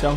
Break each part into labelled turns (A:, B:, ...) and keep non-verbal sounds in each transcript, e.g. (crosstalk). A: 享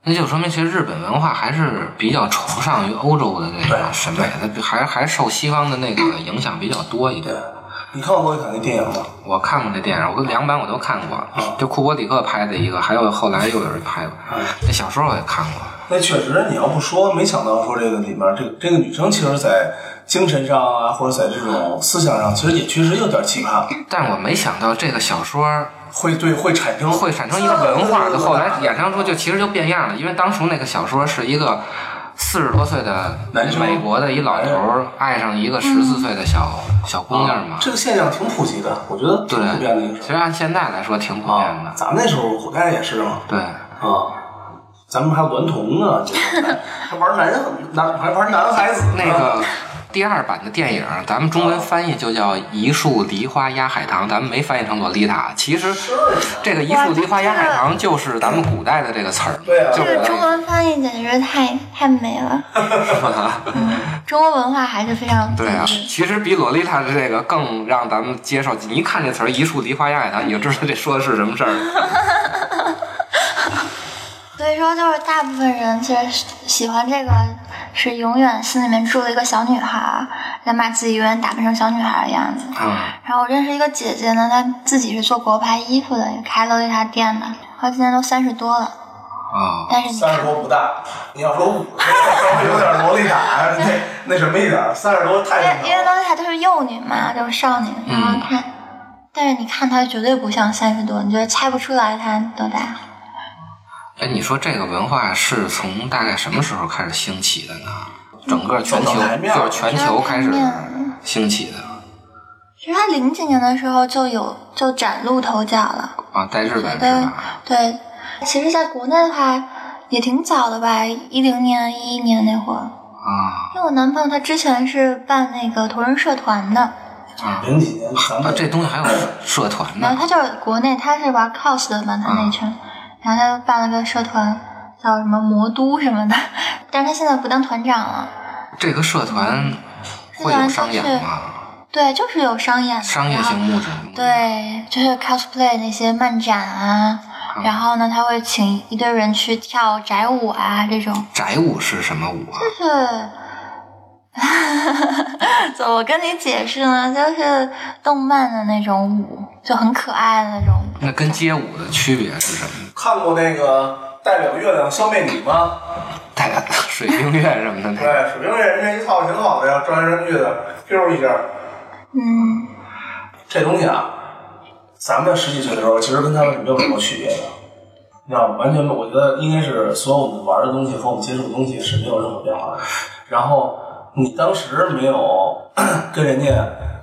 B: 那就说明其实日本文化还是比较崇尚于欧洲的那个审美，它还还受西方的那个影响比较多一点。
A: 你看过《看那电影吗？
B: 我看过这电影，我两版我都看过，就库伯里克拍的一个，还有后来又有人拍过。那小时候我也看过，
A: 那确实，你要不说，没想到说这个里面这个这个女生，其实，在精神上啊，或者在这种思想上，其实也确实有点奇葩，
B: 但我没想到这个小说
A: 会对会产生
B: 会产生一个文化，就后来衍生出就其实就变样了，因为当初那个小说是一个四十多岁的
A: 男生嗯
B: 美国的一老头儿爱上一个十四岁的小小姑娘嘛，
A: 啊这个现象挺普及的，我觉得挺普遍的一
B: 对，
A: 个
B: 其
A: 事
B: 实
A: 儿
B: 按现在来说挺普遍
A: 啊
B: 的。，
A: 咱们那时候古代也是嘛
B: 对，
A: 啊，咱们还娈童呢，这
B: (laughs)
A: 个男还玩男男还玩男孩子啊呢啊
B: 那个啊第二版的电影，咱们中文翻译就叫《一树梨花压海棠》，咱们没翻译成《洛丽塔》。其实这个“一树梨花压海棠”就是咱们古代的这个词儿，
A: 对啊
B: 就
C: 这
B: 是
C: 个中文翻译简直太太美了，中国文化还是非常
B: 对啊，
C: 就是
B: 其实比《洛丽塔》这个更让咱们接受。你一看这词儿“一树梨花压海棠”，你就知道这说的是什么事儿了。
C: 所以说，就是大部分人其实喜欢这个，是永远心里面住了一个小女孩儿，想把自己永远打扮成小女孩儿的样子。
B: 啊、
C: 然后我认识一个姐姐呢，她自己是做国牌衣服的，也开了一家店的，她今年都三十多了。
B: 啊、
C: 但是你
A: 三十
C: 看，
A: 多不大，你要说五十， (laughs) 稍微有点萝莉塔，那那什么一点儿，三十多太
C: 因
A: 正常
C: 为
A: 了
C: 因为当时她就是幼女嘛，就是少女，然后看，但是你看她绝对不像三十多，你觉得猜不出来她多大。
B: 哎，你说这个文化是从大概什么时候开始兴起的呢？整个全球
A: 走到嗯台面儿
B: 就是全球开始
C: 走到台面儿
B: 兴起的
C: 其实她零几年的时候就有就崭露头角了。
B: 啊，在日本
C: 觉
B: 是
C: 得
B: 吧？
C: 对，其实在国内的话也挺早的吧，一零年、一一年那会儿，
B: 啊
C: 因为我男朋友他之前是办那个同人社团的，
B: 啊！
A: 零几年咱
B: 啊，
A: 们
B: 这东西还有社团
C: 然后
B: 呢，
C: 他就是国内他是玩 cos 的嘛，他那圈，
B: 嗯
C: 然后他就办了个社团叫什么魔都什么的，但是他现在不当团长了，
B: 这个社团会有商演吗？
C: 对，就是有商演的，
B: 商业
C: 然后
B: 性物质？，
C: 啊对，就是 cosplay 那些漫展啊，
B: 嗯
C: 然后呢，他会请一堆人去跳宅舞啊这种。
B: 宅舞是什么舞啊？
C: 是， (laughs) 怎么跟你解释呢？就是动漫的那种舞，就很可爱的那种舞。
B: 那跟街舞的区别是什么？
A: 看过那个代表月亮消灭你
B: (laughs)
A: 吗？
B: 带来水冰月什么的那
A: 对
B: 个？，
A: 水冰月人家一套挺好的呀，转来转去的，Q 一下。
C: 嗯，
A: 这东西啊，咱们十几岁的时候，其实跟他们是没有什么区别的。你知道吗？完全，我觉得应该是所有我们玩的东西和我们接触的东西是没有任何变化的。然后你当时没有 (clears throat) 跟人家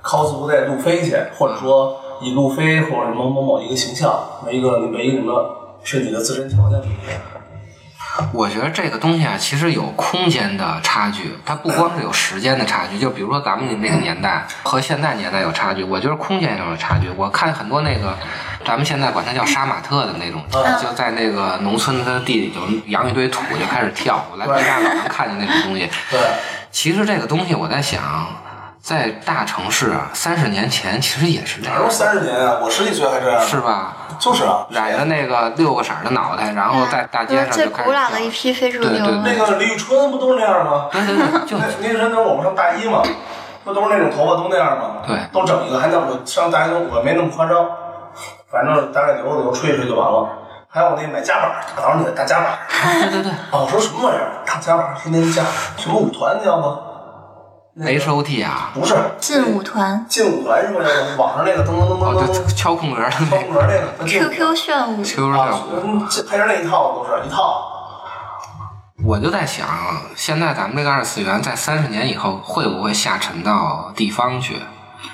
A: cosplay 路飞去，或者说以路飞或者某某某一个形象为一个为一个什么，是你的自身条件匹配。
B: 我觉得这个东西啊，其实有空间的差距，它不光是有时间的差距，就比如说咱们那个年代和现在年代有差距，我觉得空间上有差距。我看很多那个，咱们现在管它叫杀马特的那种，
A: 嗯
B: 就在那个农村的地里就扬一堆土就开始跳，我来北大老能看见那种东西。
A: 对，
B: 其实这个东西我在想，在大城市啊三十年前其实也是这
A: 哪有
B: 样，
A: 三十年啊？我十几岁还这样，
B: 是吧？
A: 就是啊，
B: 染着那个六个色儿的脑袋，然
C: 啊
B: 后在哦大街上
C: 最
B: 就开始
C: 古老的一
B: 跳。
C: 批非主
B: 对
C: 流
B: 对
C: 嘛
A: 那个李宇春不都是那样吗？
B: 对对对，就
A: 那那时候那会儿我们上大一嘛，不都是那种头发都那样吗？
B: 对
A: 都整一个，还那我上大一我没那么夸张，
D: 反正打奶牛的牛吹一吹就完了。还有那买夹板，大早上起来大夹板，
B: 对对对
D: 啊，我说什么玩意儿？大夹板，天天夹，什么舞团叫吗？
B: ，H O T 啊，
D: 不是
C: 劲舞团、
D: 劲舞团是吧？网上那个噔噔噔
B: 哦
D: 噔噔
B: 对，
D: 噔，
B: 敲空格的
D: 敲
B: 那
D: 门那个那劲舞
C: QQ 炫舞，
B: 球
D: 啊
B: 上，，
D: 嗯这拍成那一套都是一套，
B: 我就在想，现在咱们这个二次元在三十年以后会不会下沉到地方去？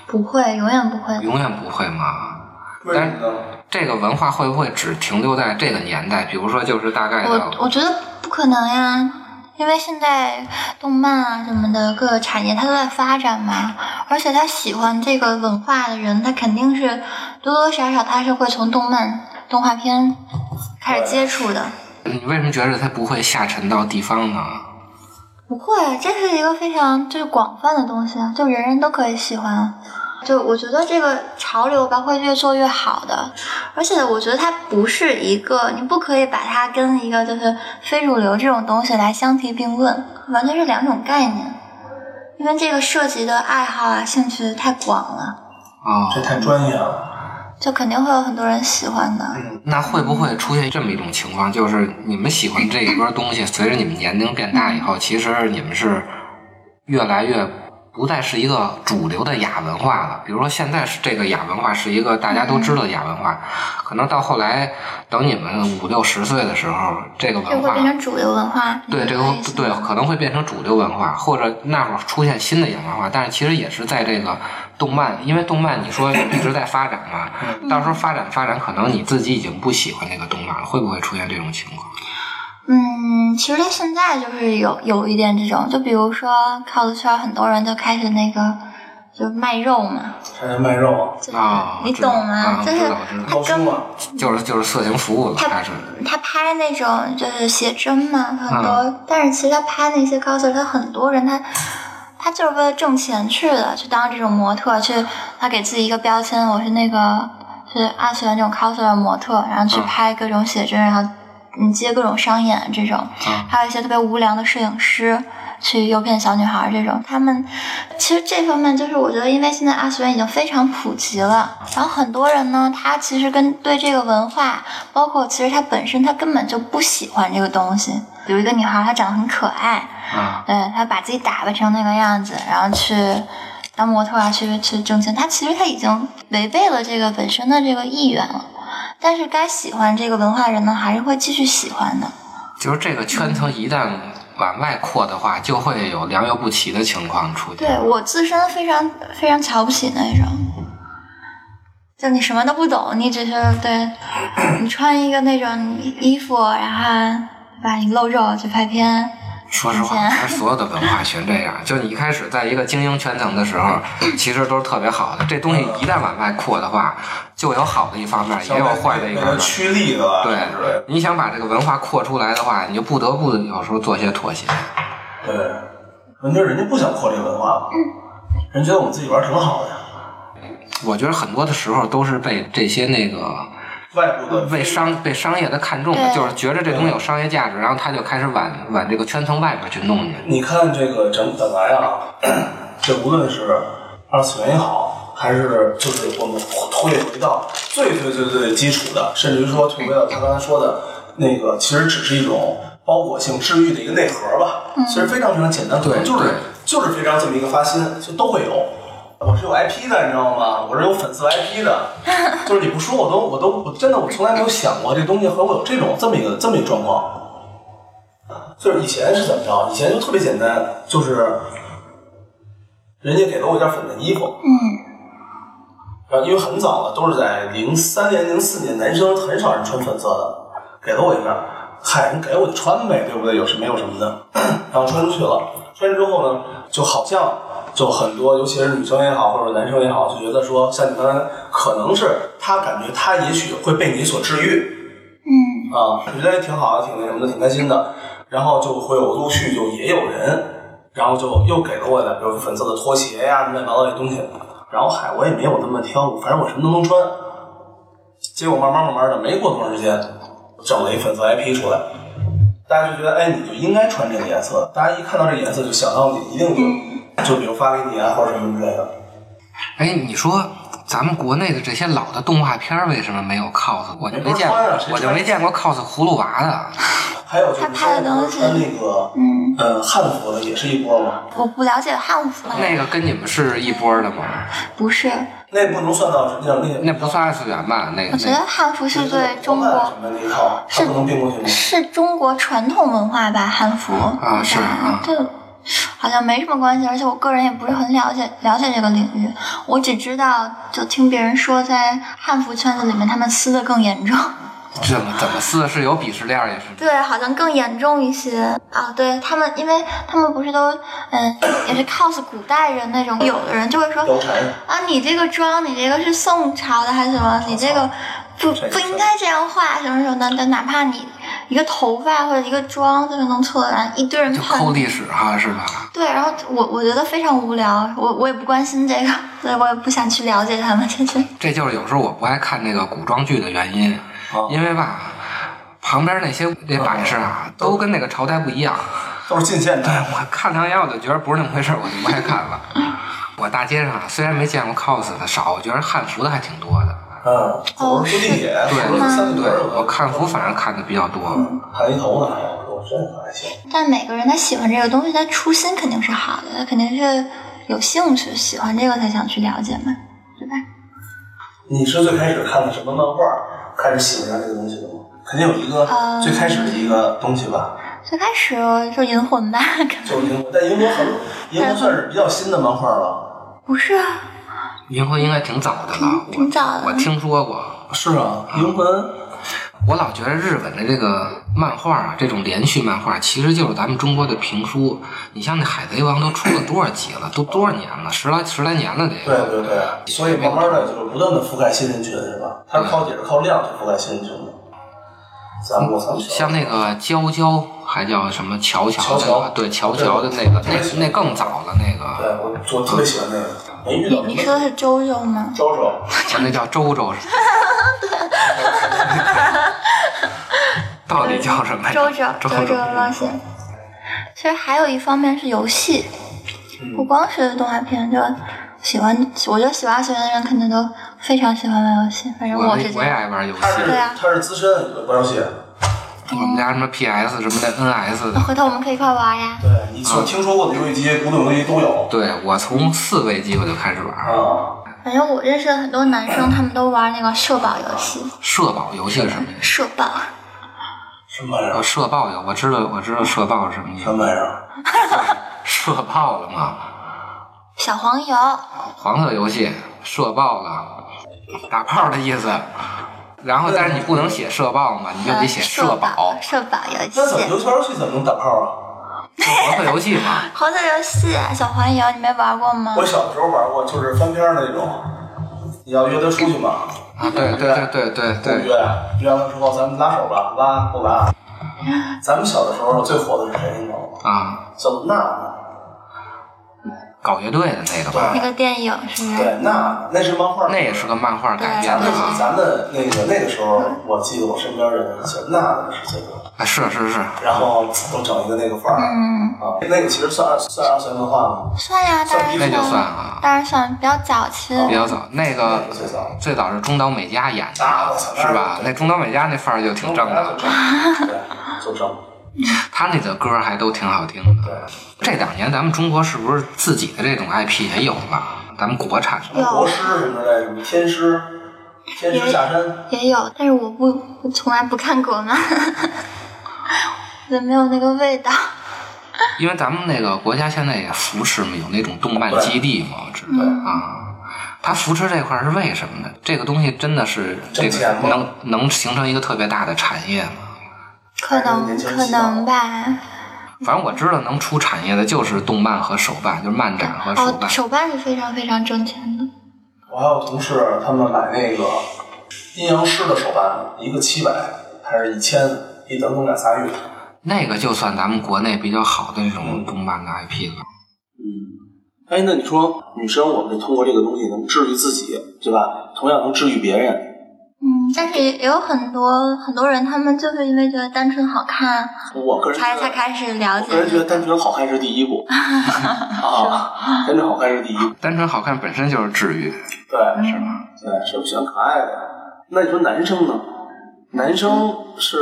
C: 不会，永远不会。
B: 永远不会吗？
D: 为什么呢？
B: 这个文化会不会只停留在这个年代？比如说，就是大概
C: 我
B: 的
C: 我觉得不可能呀，因为现在动漫啊什么的各个产业它都在发展嘛，而且他喜欢这个文化的人，他肯定是多多少少他是会从动漫、动画片开始接触的。
B: 你为什么觉得它不会下沉到地方呢？
C: 不会，这是一个非常就是广泛的东西啊，就人人都可以喜欢啊。就我觉得这个潮流吧会越做越好的，而且我觉得它不是一个，你不可以把它跟一个就是非主流这种东西来相提并论，完全是两种概念。因为这个涉及的爱好啊、兴趣太广了，
B: 啊、
D: 这太专业了。
C: 就肯定会有很多人喜欢的。
B: 那会不
C: 嗯
B: 会出现这么一种情况，就是你们喜欢这一波东西，随着你们年龄变大以后，
C: 嗯
B: 其实你们是越来越不再是一个主流的亚文化了。比如说，现在是这个亚文化是一个大家都知
C: 嗯
B: 道的亚文化，可能到后来等你们五六十岁的时候，这个
C: 这
B: 文
C: 会
B: 化
C: 变成主流文化，
B: 对，这个
C: 你可以
B: 对可能会变成主流文化，或者那会儿出现新的亚文化，但是其实也是在这个动漫，因为动漫你说一直在发展嘛，
C: 嗯
B: 到时候发展发展，可能你自己已经不喜欢那个动漫了，会不会出现这种情况？
C: 嗯，其实他现在就是有有一点这种，就比如说 cos 圈很多人就开始那个就卖肉嘛，
D: 还能卖肉啊，
C: 就是、
B: 啊
C: 你
B: 知道
C: 懂吗？
B: 啊
C: 就
B: 知
C: 是
B: 道知道
C: 他
D: 高
C: 跟
D: 胸啊，
B: 就是就是色情服务了，
C: 他
B: 它是
C: 他拍那种就是写真嘛，很多，
B: 嗯
C: 但是其实他拍那些 coser，他很多人他他就是为了挣钱去的，去当这种模特，去他给自己一个标签，我是那个是二次元这种 coser 的模特，然后去
B: 嗯
C: 拍各种写真，然后嗯接各种商演这种，
B: 嗯
C: 还有一些特别无良的摄影师。去诱骗小女孩儿这种，他们其实这方面就是我觉得，因为现在二次元已经非常普及了，然后很多人呢，他其实跟对这个文化，包括其实他本身他根本就不喜欢这个东西。有一个女孩，她长得很可爱，
B: 啊
C: 对她把自己打扮成那个样子，然后去当模特啊，去去挣钱。她其实她已经违背了这个本身的这个意愿了。但是该喜欢这个文化的人呢，还是会继续喜欢的。
B: 就是这个圈层一旦往外扩的话，就会有良莠不齐的情况出现。
C: 对我自身非常非常瞧不起那种，就你什么都不懂，你只是对你穿一个那种衣服，然后对吧，你露肉去拍片，
B: 说实话，
C: (laughs) 以前
B: 咱所有的文化全这样。就你一开始在一个精英圈层的时候，其实都是特别好的。这东西一旦往外扩的话，就有好的一方面，也有坏的一
D: 那
B: 方
D: 个
B: 面。
D: 趋利的啊，之类
B: 对
D: 的，，
B: 你想把这个文化扩出来的话，你就不得不有时候做些妥协。
D: 对。问题是人家不想扩这个文化，人觉得我们自己玩儿挺好的呀。
B: 我觉得很多的时候都是被这些那个
D: 外部的
B: 被商被商业的看中的，
C: 对
B: 就是觉着这东西有商业价值，然后他就开始往往这个圈层外边去弄去。
D: 你看这个整本来啊， (clears throat) 这无论是二次元也好，还是就是我们推回到最最最最基础的，甚至于说退回到他刚才说的那个，其实只是一种包裹性治愈的一个内核吧。其实非常非常简单，可能
B: 对
D: 就是
B: 对
D: 就是非常这么一个发心，就都会有。我是有 IP 的，你知道吗？我是有粉丝 IP (laughs) 的，就是你不说我都我都我真的我从来没有想过这东西会会有这种这么一个这么一个状况。就是以前是怎么着？以前就特别简单，就是人家给了我一件粉的衣服，
C: 嗯，
D: 然后因为很早了，都是在零三年、零四年，男生很少人穿粉色的，给了我一件，嗨，人给我就穿呗，对不对？有什么有什么的，然后穿出去了，穿出之后呢，就好像就很多，尤其是女生也好，或者男生也好，就觉得说，像你刚才，可能是他感觉他也许会被你所治愈，啊，我觉得也挺好的，挺那什么的，挺开心的。然后就会有陆续就也有人，然后就又给了我两个粉色的拖鞋呀、乱七八糟这东西。然后嗨，我也没有那么挑，反正我什么都能穿。结果慢慢慢慢的，没过多长时间，整了一粉色 IP 出来，大家就觉得，哎，你就应该穿这个颜色。大家一看到这颜色就
C: 嗯
D: 想到你，一定就就比如发给你啊，或者什么之类的。
B: 哎，你说咱们国内的这些老的动画片儿为什么没有 cos？我就没见，
D: 没法穿啊谁穿
B: 我就没见过 cos 葫芦娃
D: (laughs)
B: 的。
D: 还有就是
C: 他拍的
D: 说
C: 东西
D: 穿那个
C: 嗯，
D: 呃汉服的也是一波嘛，
C: 我不了解汉服，
B: 那个跟你们是一波的吗？
C: 不是，
D: 那不能算到实际上那个
B: 那不算二次元吧？那个
C: 我觉得汉服是对中
D: 那个
C: 国
D: 什么的那一套，它
C: 是
D: 不能并过去吗？
C: 是中国传统文化吧，汉服
B: 啊是啊
C: 这好像没什么关系，而且我个人也不是很了解了解这个领域，我只知道就听别人说，在汉服圈子里面他们撕的更严重，
B: 那怎么怎么撕是有鄙视链儿也是。
C: 对，好像更严重一些啊。对他们，因为他们不是都嗯、也是 cos 古代人那种，有的人就会说
D: 腰缠
C: 啊，你这个妆，你这个是宋朝的还是什么？你这个不
D: 这个
C: 不
D: 是
C: 应该这样画，什么什么的。但哪怕你一个头发或者一个妆就是弄错了，然后一堆人
B: 就抠
C: 喷。
B: 历史哈，是吧？
C: 对，然后我我觉得非常无聊，我我也不关心这个，所以我也不想去了解他们这些。
B: 这就是有时候我不爱看那个古装剧的原因，
D: 啊，
B: 因为吧，旁边那些那摆饰
D: 嗯
B: 啊，都跟那个朝代不一样。
D: 都是近现代。
B: 哎我看两眼我就觉得不是那么回事儿，我就不爱看
C: (laughs)
B: 了。我大街上啊虽然没见过 cos 的少，我觉得汉服的还挺多的。
C: 哦
D: 嗯，走着坐地铁，
B: 对
D: 走着
C: 嗯
D: 三里屯
B: 对，我
D: 儿，
B: 看服反正看的比较多。
D: 盘一头呢，还有我真的还行。
C: 但每个人他喜欢这个东西，他初心肯定是好的，他肯定是有兴趣，喜欢这个才想去了解嘛，对吧？
D: 你是最开始看的什么漫画，开始喜欢上这个东西的吗？肯定有一个
C: 嗯
D: 最开始的一个东西吧，
C: 最开始就银魂吧， (laughs) 可
D: 就是银魂。但银魂很，银魂算是比较新的漫画了。
C: 能不是啊，
B: 银魂应该挺早的了，我
C: 挺早的
B: 我听说过。
D: 是啊，银魂
B: 我老觉得日本的这个漫画啊，这种连续漫画其实就是咱们中国的评书。你像那《海贼王》都出了多少集了？都多少年了？十来十来年了得。
D: 对对对，所以慢慢的就是不断的覆盖新人群，是吧？它是靠也是靠量去覆盖新人群的。咱们我操，
B: 像那个娇娇，还叫什么乔乔的，
D: 乔乔
B: 对乔乔的那个，
D: 对
B: 那那更早了，那个
D: 对哎我我特别喜欢那个，没遇
C: 你
D: 到
C: 你
D: 什
C: 说
D: 么
C: 的是周周吗？
D: 招手。啊
B: 像那叫周周。
D: (laughs)
B: 到底叫什么呀？
C: 周周周周冒险。其实还有一方面是游戏，不光是动画片，就喜欢，我觉得喜欢二次元的人肯定都非常喜欢玩游戏。反正
B: 我
C: 是这
B: 我也
C: 样。
B: 爱玩游戏
D: 他，是
C: 对啊
D: 他是资深玩游戏，
B: 我们家什么 PS 什么的 NS 的，
C: 回头我们可以一块玩呀。
D: 对你所听说过的游戏机、古董游戏机都有
B: 对我从四位机我就开始玩
D: 啊。
C: 反正我认识的很多男生，他们都玩那个社保游戏，
B: 社保游戏是什么意思？
C: 社保
D: 什么玩意
B: 我
D: 儿？
B: 社报呀，我知道我知道社报是什么意
D: 啊什么
B: 思，
D: 玩意儿？啊
B: 社报了嘛，
C: 小黄油，
B: 黄色游戏社报了，打炮的意思。然后但是你不能写社报嘛，你就得
C: 呃
B: 写
C: 社
B: 社保，
C: 社保游
D: 那怎么
C: 戏，
D: 游圈游戏怎么能打炮啊？
B: 就黄色游戏嘛。
C: 黄色游戏啊，小黄油，你没玩过吗
D: 我？小时候玩过，就是翻篇儿那种。你要约他出去嘛？
B: 啊，对对对对对
D: 不约啊
B: 对，，
D: 约完了之后咱们拉手吧，拉不拉？咱们小的时候最火的是谁？你知道吗？
B: 啊，
D: 叫娜
B: 搞乐队的那个吧，
C: 那
D: 娜。
C: 个电影是不
D: 对
C: 是？
D: 对，娜那是漫画，
B: 那也是个漫画改
C: 嗯
B: 编
D: 咱
B: 的
D: 们
B: 啊，
D: 咱们那个那个时候，我记得我身边的人小娜娜是最多的。
B: 啊是是是，
D: 然后我整一个那个范儿、
C: 嗯，
D: 啊，那个其实算二算二次元文化吗？
C: 算呀，当然
D: 算
B: 那就算
C: 算，
B: 了，
C: 当然算，比较早期的
B: 比较早。那个
D: 最早
B: 最早是中岛美嘉演的
D: 啊我操，
B: 是吧？那中岛美嘉那范儿就挺正的，
D: 对，就正，
B: 他那个歌还都挺好听的。
D: 对，
C: (laughs)
B: 这两年咱们中国是不是自己的这种 IP 也有了？咱们国产
D: 什么国师什么的，什么天师，天师下山，
C: 也有，但是我不我从来不看国漫，我觉得没有那个味道。
B: 因为咱们那个国家现在也扶持有那种动漫基地嘛，我知道啊。它扶持这块儿是为什么呢？这个东西真的是这
D: 挣钱
B: 个
D: 吗
B: 能能形成一个特别大的产业吗？
C: 可能
D: 年轻人
C: 可
D: 喜欢
C: 能吧，
B: 反正我知道能出产业的就是动漫和手办，就是漫展和手
C: 哦，
B: 办。
C: 手办是非常非常挣钱的，嗯
D: 我还有同事他们买那个阴阳师的手办，一个七百还是一千，一等等俩仨月，
B: 那个就算咱们国内比较好的那种动漫的 IP 了。
D: 嗯。哎，那你说女生，我们通过这个东西能治愈自己，对吧？同样能治愈别人，
C: 嗯，但是也也有很多很多人，他们就是因为觉得单纯好看，
D: 我个人觉
C: 才才
D: 得，
C: 开始了
D: 我
C: 解
D: 个人觉得单纯好看是第一步啊，单纯好看是第一步，
B: 单纯好看本身就是治愈，
D: 对，
C: 是吗？
D: 对，是我喜欢可爱的。那你说男生呢？男生是，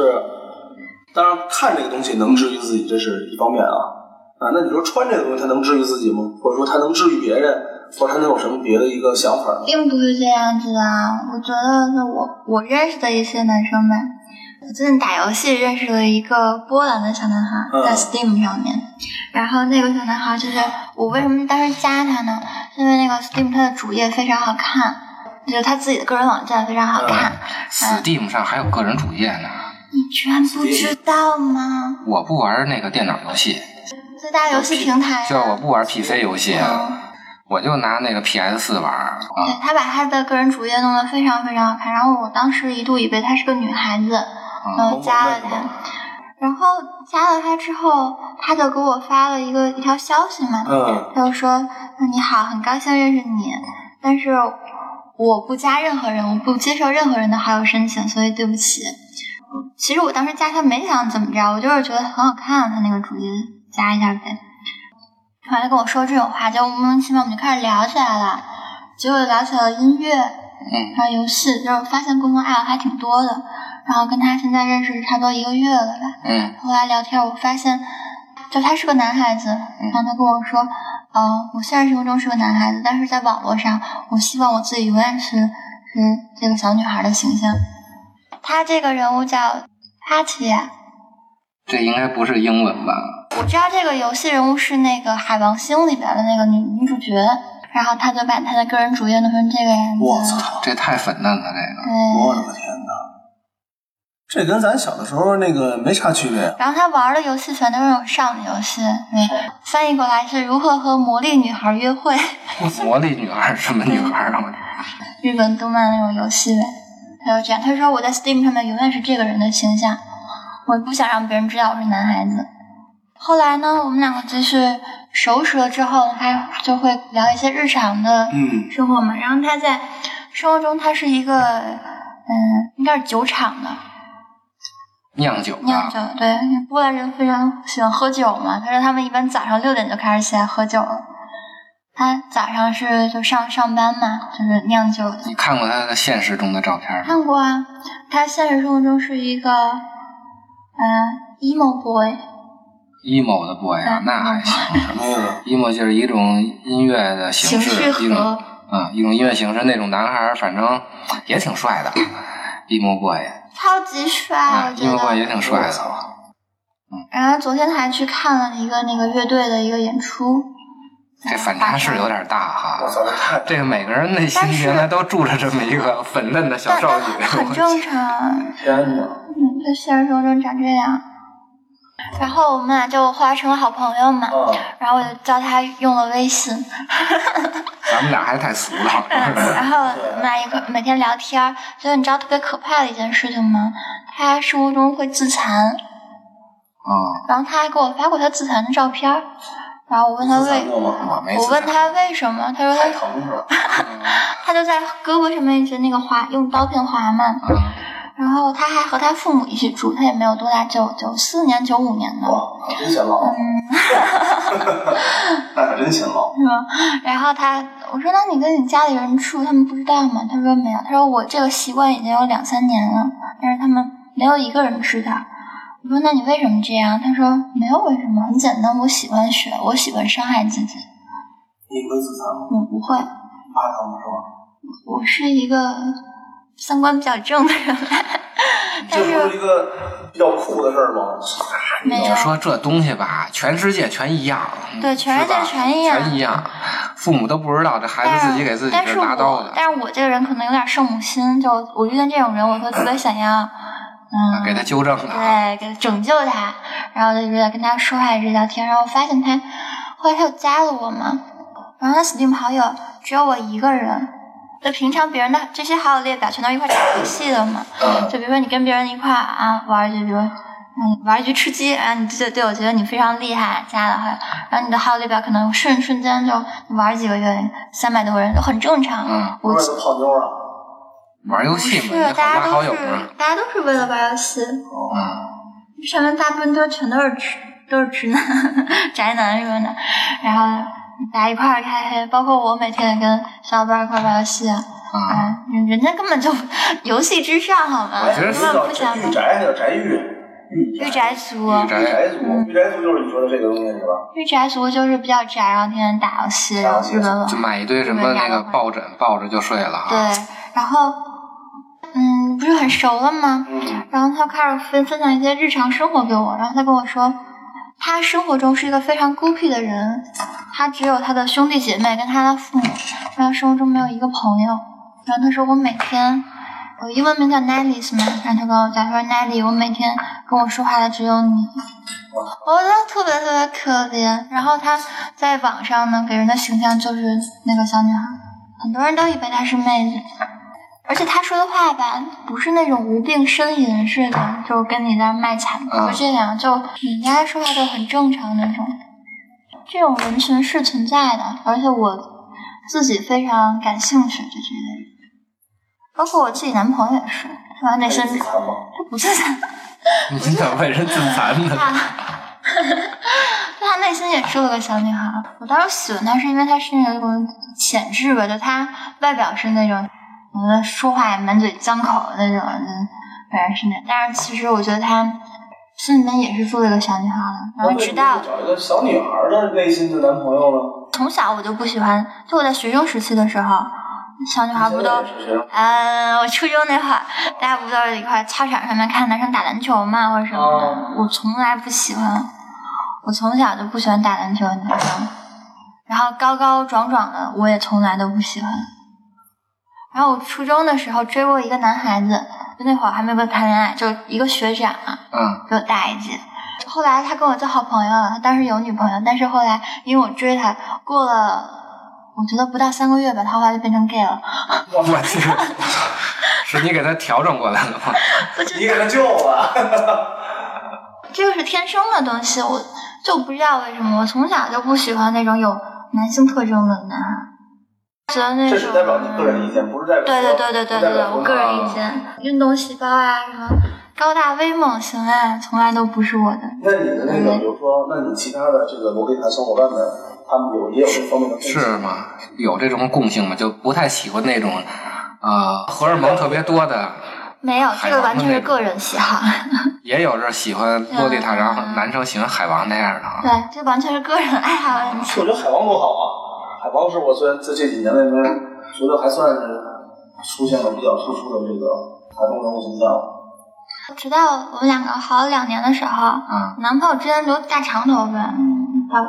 D: 当然看这个东西能治愈自己，这是一方面啊。啊，那你说穿这个东西，它能治愈自己吗？或者说它能治愈别人，或者它能有什么别的一个想法吗？
C: 并不是这样子啊，我觉得是我我认识的一些男生们，我最近打游戏认识了一个波兰的小男
D: 嗯
C: 孩，在 Steam 上面，然后那个小男孩就是我为什么当时加他呢？是因为那个 Steam 它的主页非常好看，就是他自己的个人网站非常好看，嗯
B: Steam 上还有个人主页呢。
C: 你居然不知道吗？
B: 我不玩那个电脑游戏，
C: 最大游戏平台、啊，
B: 就是我不玩 PC 游戏，啊
C: 嗯
B: 我就拿那个 PS 四玩啊。
C: 对他把他的个人主页弄得非常非常好看，然后我当时一度以为她是个女孩子，
B: 嗯
C: 然后加了她，然后加了她之后，她就给我发了一个一条消息嘛，
D: 嗯，
C: 她就说你好，很高兴认识你，但是我不加任何人，我不接受任何人的好友申请，所以对不起。其实我当时加她没想怎么着，我就是觉得很好看，啊她那个主页加一下呗。突然跟我说这种话，就莫名其妙我们就开始聊起来了，结果聊起来了音乐，
B: 嗯，
C: 还有游戏，就是发现共同爱好还挺多的。然后跟他现在认识差不多一个月了吧，
B: 嗯
C: 后来聊天我发现，就他是个男孩子，然后他跟我说，呃，我现实生活中是个男孩子，但是在网络上，我希望我自己永远是是这个小女孩的形象。他这个人物叫帕奇亚，
B: 这应该不是英文吧？
C: 我知道这个游戏人物是那个《海王星》里边的那个女女主角，然后他就把他的个人主页弄成这个样子。
D: 我！操，
B: 这太粉嫩了，这个。
C: 对，
D: 我的天哪！这跟咱小的时候那个没啥区别啊。
C: 然后他玩的游戏全都是那种少女游戏，对，翻译过来是如何和魔力女孩约会，
B: 魔力女孩什么女孩啊？我
C: 日本动漫那种游戏呗。他就这样，他说我在 Steam 上面永远是这个人的形象，我不想让别人知道我是男孩子。后来呢，我们两个就是熟识了之后，他就会聊一些日常的
D: 嗯
C: 生活嘛。然后他在生活中，他是一个嗯，应该是酒厂的，
B: 酿酒
C: 酿
B: 啊，
C: 酒，对，因为波兰人非常喜欢喝酒嘛。他说他们一般早上六点就开始起来喝酒了。他早上是就上上班嘛，就是酿酒的。
B: 你看过她的现实中的照片吗？
C: 看过啊，他现实生活中是一个，嗯、emo boy，
B: emo 的 boy 啊，
C: 嗯
B: 那还行。
D: 什么意思？
B: emo 就是一种音乐的形
C: 情绪
B: 式，一种
C: 和
B: 啊、一种音乐形式。那种男孩儿反正也挺帅的，emo boy
C: 超级帅，
B: 啊
C: 我觉
B: ，emo boy 也
C: 得。
B: 挺帅
D: 我
B: 的。
D: 操
C: 然后昨天还去看了一个那个乐队的一个演出，
B: 这反差是有点大哈。
D: 我操，这太
B: 这个每个人内心
C: 但是
B: 原来都住着这么一个粉嫩的小
C: 但
B: 少
C: 嗯但
B: 女，
C: 很正常啊。
D: 天哪！
C: 嗯，就现实生活中长这样。然后我们俩就后来成了好朋友嘛，
D: 啊，
C: 然后我就教他用了微信，
B: 咱们俩还太俗了。
C: (laughs) 嗯，然后我们俩一块每天聊天儿。所以你知道特别可怕的一件事情吗？他生活中会自残，
B: 啊，
C: 然后他还给我发过他自残的照片儿，然后我问他为，
D: 过吗？
B: 啊我没
C: 我
B: 死
C: 问他为什么，他说
D: 太
C: 他
D: 疼了。
C: (laughs) 他就在胳膊上面一直那个划用刀片划嘛，
D: 嗯
B: 啊，
C: 然后他还和他父母一起住，他也没有多大，九九四年九五年的，
D: 哇，哦真显老。 (laughs) 那可哎真显老。
C: 是吗？然后他，我说那你跟你家里人住，他们不知道吗？他说没有，他说我这个习惯已经有两三年了，但是他们没有一个人知道。我说那你为什么这样？他说没有为什么，很简单，我喜欢学，我喜欢伤害自己，
D: 你会自残吗？
C: 我不会，
D: 怕疼是吧？
C: 我是一个三观比较正的人，但
D: 这不是
C: 是
D: 一个比较酷的事儿吗？
C: 没有
B: 你就说这东西吧，全世界全一样，
C: 对全世界
B: 是吧
C: 全
B: 全
C: 一样
B: 一样，父母都不知道这孩
C: 但
B: 子
C: 是
B: 自己给自己
C: 但
B: 这
C: 是
B: 拿刀
C: 我
B: 的，
C: 但是我这个人可能有点圣母心，就我遇见这种人，我会特别想要，嗯，
B: 给他纠正他。
C: 对，给拯救他，然后就一直在跟他说话，一直聊天，然后发现他，后来他又加了我嘛，然后他 Steam 好友只有我一个人，就平常别人的这些好友列表全都是一块打游戏的嘛，
D: 嗯，
C: 就比如说你跟别人一块儿啊玩一局，比如。嗯，玩一局吃鸡，啊，你对对，我觉得你非常厉害，加了好友，然后你的好友列表可能瞬瞬间就玩几个月，三百多个人，很正常。
B: 嗯
C: 我
D: 不是泡妞啊？
B: 玩游戏
C: 不
B: 嘛，
C: 是
B: 也好
C: 大
B: 拉
C: 家都
B: 好友
C: 是
B: 嘛。
C: 大家都是为了玩游戏，
B: 嗯，
C: 上面大部分都全都是直都是直男 (laughs) 宅男什么的，然后大家一块儿开黑，包括我每天也跟小伙伴一块儿玩游戏啊，
B: 啊、
C: 啊，人家根本就 (laughs) 游戏至上好吗？
D: 哎
B: 觉得
C: 根本不
D: 叫
C: 想
D: 御宅，叫宅御，
C: 御
D: 御宅
C: 宅族，
B: 御
D: 御宅族，御宅族就是你说的这个东西是吧？
C: 御宅族就是比较宅，然后天天打游戏，
B: 啊
C: 然后日本网
B: 就买一堆什么那个抱枕，抱着就睡了啊
C: 对
B: 哈。，
C: 然后嗯，不是很熟了吗？
D: 嗯，
C: 然后他开始分分享一些日常生活给我，然后他跟我说，他生活中是一个非常孤僻的人，他只有他的兄弟姐妹跟他的父母，然后生活中没有一个朋友。然后他说我每天，我英文名叫 Nelly 是吗？然后他跟我讲说 Nelly，我每天跟我说话的只有你。我觉得特别特别可怜。然后他在网上呢，给人的形象就是那个小女孩，很多人都以为她是妹子。而且他说的话吧，不是那种无病呻吟似的，就跟你在那卖惨，
B: 嗯
C: 不是这样，就你跟他说话都很正常那种。这种人群是存在的，而且我自己非常感兴趣对这类人，包括我自己男朋友也是，然后内心
D: 嗯自己看吗？
C: 他不自残，
B: 你怎么为人自残呢？
C: 他， (laughs) 对他内心也是个小女孩儿。我当时喜欢她是因为她是那种潜质吧，就她外表是那种，我觉得说话也满嘴脏口的那种，嗯，反正是那。但是其实我觉得她心里面也是住了一个小女孩儿的。然后直到
D: 那为什么不找一个小女孩的内心的男朋友呢？
C: 从小我就不喜欢，就我在学生时期的时候，小女孩啊儿不都
D: 你现在也是学生
C: 嗯，我初中那会儿，大家不都是一块儿操场上面看男生打篮球嘛，或者什么的，
D: 哦
C: 我从来不喜欢，我从小就不喜欢打篮球，你知道吗？然后高高壮壮的，我也从来都不喜欢。然后我初中的时候追过一个男孩子，就那会儿还没有谈恋爱，就一个学长、啊
B: 嗯，
C: 比我大一届。后来他跟我做好朋友了，他当时有女朋友，但是后来因为我追他，过了我觉得不到三个月吧，他后来就变成 gay 了。
B: 我
C: (laughs)
B: 去，是你给他调整过来了吗？
D: 你给他救了，
C: 这个是天生的东西，我就不知道为什么，我从小就不喜欢那种有男性特征的男孩，觉得那
D: 这
C: 种
D: 是代表你个人意见，不是代表
C: 对对对对对对对，我
D: 我
C: 个人意见，运动细胞啊，什么高大威猛型啊，从来都不是我的。
D: 那你的那
C: 嗯
D: 个，比如说，那你其他的这个罗贝塔小伙伴们，他们有也有这方面的共性
B: 是吗？有这种共性吗？就不太喜欢那种，呃，荷尔蒙特别多的，
C: 没有，这
B: 海
D: 哎
C: 个
B: 王
C: 完全
B: 的
C: 是
B: 那种
C: 个人喜好，
B: 也有这喜欢洛丽塔，然后男生喜欢海王那样的啊。
C: 对，这完全是个人爱好问
D: 我
C: 题。
D: 觉得海王多好啊！海王是我虽然在这几年里面觉得还算是出现了比较突出的这个卡通人物形象。
C: 直到我们两个好了两年的时候，
B: 嗯，
C: 男朋友之前留大长头发，他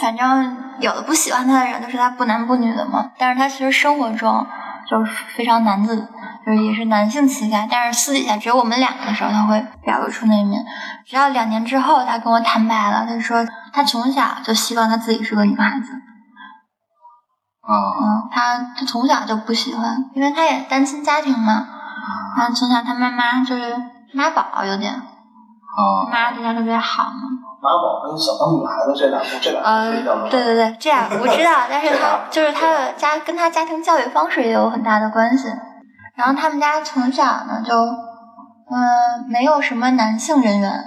C: 反正有的不喜欢他的人都是他不男不女的嘛，但是他其实生活中就是非常男子，就是也是男性气概，但是私底下只有我们两个的时候，他会表露出那一面。直到两年之后，他跟我坦白了，他说他从小就希望他自己是个女孩子，
B: 哦，
C: 嗯，他他从小就不喜欢，因为他也单亲家庭嘛，他从小他妈妈就是妈宝有点，
B: 哦，
C: 妈对他特别好嘛。
D: 妈宝跟想当女孩子这两这两个是一样的
C: 呃
D: 吗，
C: 对对对，这样我知道，但是他就是他的家跟他家庭教育方式也有很大的关系。然后他们家从小呢就，嗯、没有什么男性人员。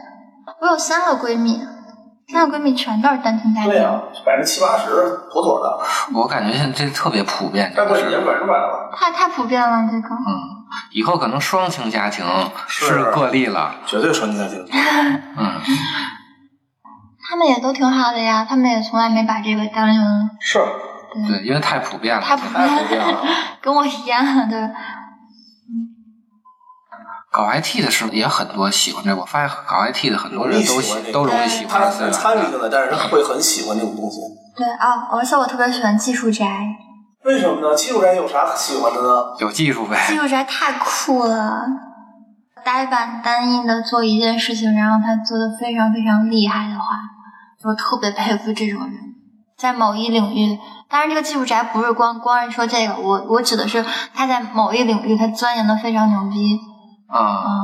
C: 我有三个闺蜜，三个闺蜜全都是单亲家
D: 对啊
C: 庭。
D: 呀、百分之七八十妥妥的，
B: 我感觉现在这特别普遍，这
D: 但
B: 个
D: 过
B: 事
D: 几年
B: 儿。
D: 百分之百了，
C: 太太普遍了，这个
B: 嗯，以后可能双亲家庭是
D: 是
B: 个例了。
D: 绝对纯洁的精
B: 嗯，
C: 他们也都挺好的呀，他们也从来没把这个当成
D: 是
B: 对，因为太普遍了。
C: 太普
B: 现在
D: 太普遍了。
C: (laughs) 跟我一样的。
B: 搞 IT 的是也很多喜欢这，我发现搞 IT 的很多人都
D: 容易喜欢这
B: 喜
D: 个
B: 都容易喜
D: 他
B: 欢
D: 是
B: 对
D: 很
B: 吧
D: 参与性的，但是他会很喜欢这种东西。
C: 对啊、而且我特别喜欢技术宅，
D: 为什么呢？技术宅有啥喜欢的呢？
B: 啊有技术
C: 技
B: 呗。
C: 术宅太酷了，呆板单一的做一件事情，然后他做的非常非常厉害的话，我特别佩服这种人。在某一领域，当然这个技术宅不是光光是说这个，我我指的是他在某一领域他钻研的非常牛逼，
B: 啊，
C: 嗯，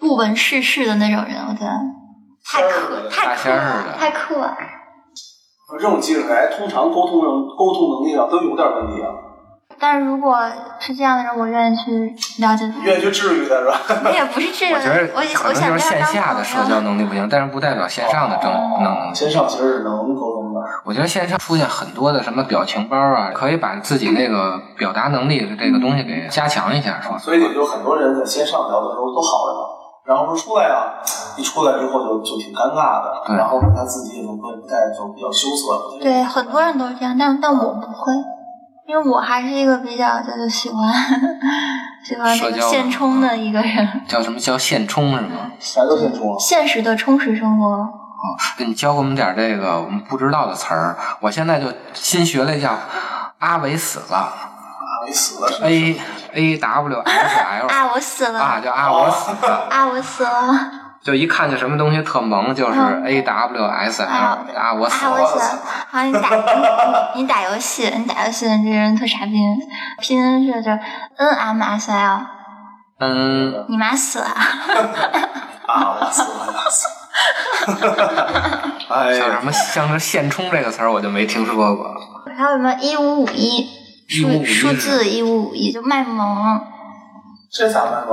C: 不闻世事的那种人，我觉得太可太
B: 大
C: 酷
B: 仙儿
C: 了
B: 似，的
C: 太酷了。
D: 哎这种技术宅通常沟通能沟通能力上都有点问题啊。
C: 但是如果是这样的人，我愿意去了解
D: 愿意去治愈他是吧？ (laughs)
C: 他。那也不是这个，
B: 我觉得
C: 我
B: 可
C: 我
B: 能
C: 想
B: 就
C: 跟
B: 是线
C: 他
B: 下的社
C: 当朋
B: 交
C: 友。哦
B: 能力不行，但是不代表线上的正能能。
D: 线上其实是能沟通的，
B: 我觉得线上出现很多的什么表情包啊，可以把自己那个表达能力的这个东西给加强一下，说
D: 所以有很多人在线上聊的时候都好着。然后说出来啊，一出来之后就就挺尴尬的，
B: 对
D: 然后他自己也不不太就比较羞涩。
C: 对，很多人都是这样，但但我不会，因为我还是一个比较就是喜欢 (laughs) 喜欢这
B: 社
C: 个
B: 交
C: 现充的啊一个 (laughs) 人，
B: 叫什么叫现充是吗？
D: 啥叫现充啊？
C: 现实的充实生活。
B: 哦，你教我们点这个我们不知道的词儿，我现在就新学了一下，阿伟死了
D: 啊，没死了是吧？
B: ，A A W S L
C: 啊，我死了！
B: 啊，叫阿
D: 哦
B: 我死了，
C: 啊，我死了！
B: 就一看见什么东西特萌，就是 A W S L 啊，我死
C: 嗯啊，我
B: 了，
C: 死了！好，你打你你你打游戏，你打游戏的这人特傻逼，拼音是就是 N M S L，
B: 嗯，
C: 你妈死了！
D: 啊，我死了，我死了。 (laughs) 哎
B: 像
D: 呀
B: 什，么像是现充这个词儿我就没听说过，
C: 还有什么一五五一数
B: 1551
C: 数字一五五一就卖萌，
D: 这咋办呢？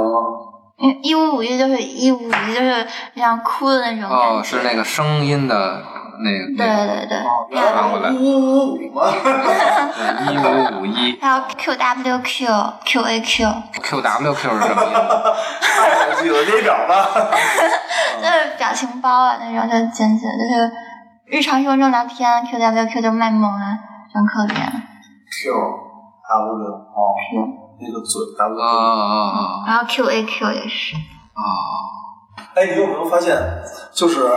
C: 因为一五五一就是一五五一就是比较酷的那种
B: 哦，
C: 感觉。
B: 是那个声音的那
C: 对
B: 个
C: 对对，
D: 原
B: 反过
D: 来
B: 来
D: 是五五五吗？ (laughs)
B: 嗯一五五一
C: 还有 Q W Q Q A Q，
B: Q W Q 是什么意思？
D: 还记得列表吧？
C: 就是表情包啊那种，就是简直就是日常生活中聊天，Q 啊 W Q 就卖萌啊，真可怜。
D: Q W 哦，那个嘴 W
B: 哦哦
C: 然后 Q A Q 也是，
B: 哦哦，
D: 哎，你有没有发现，就是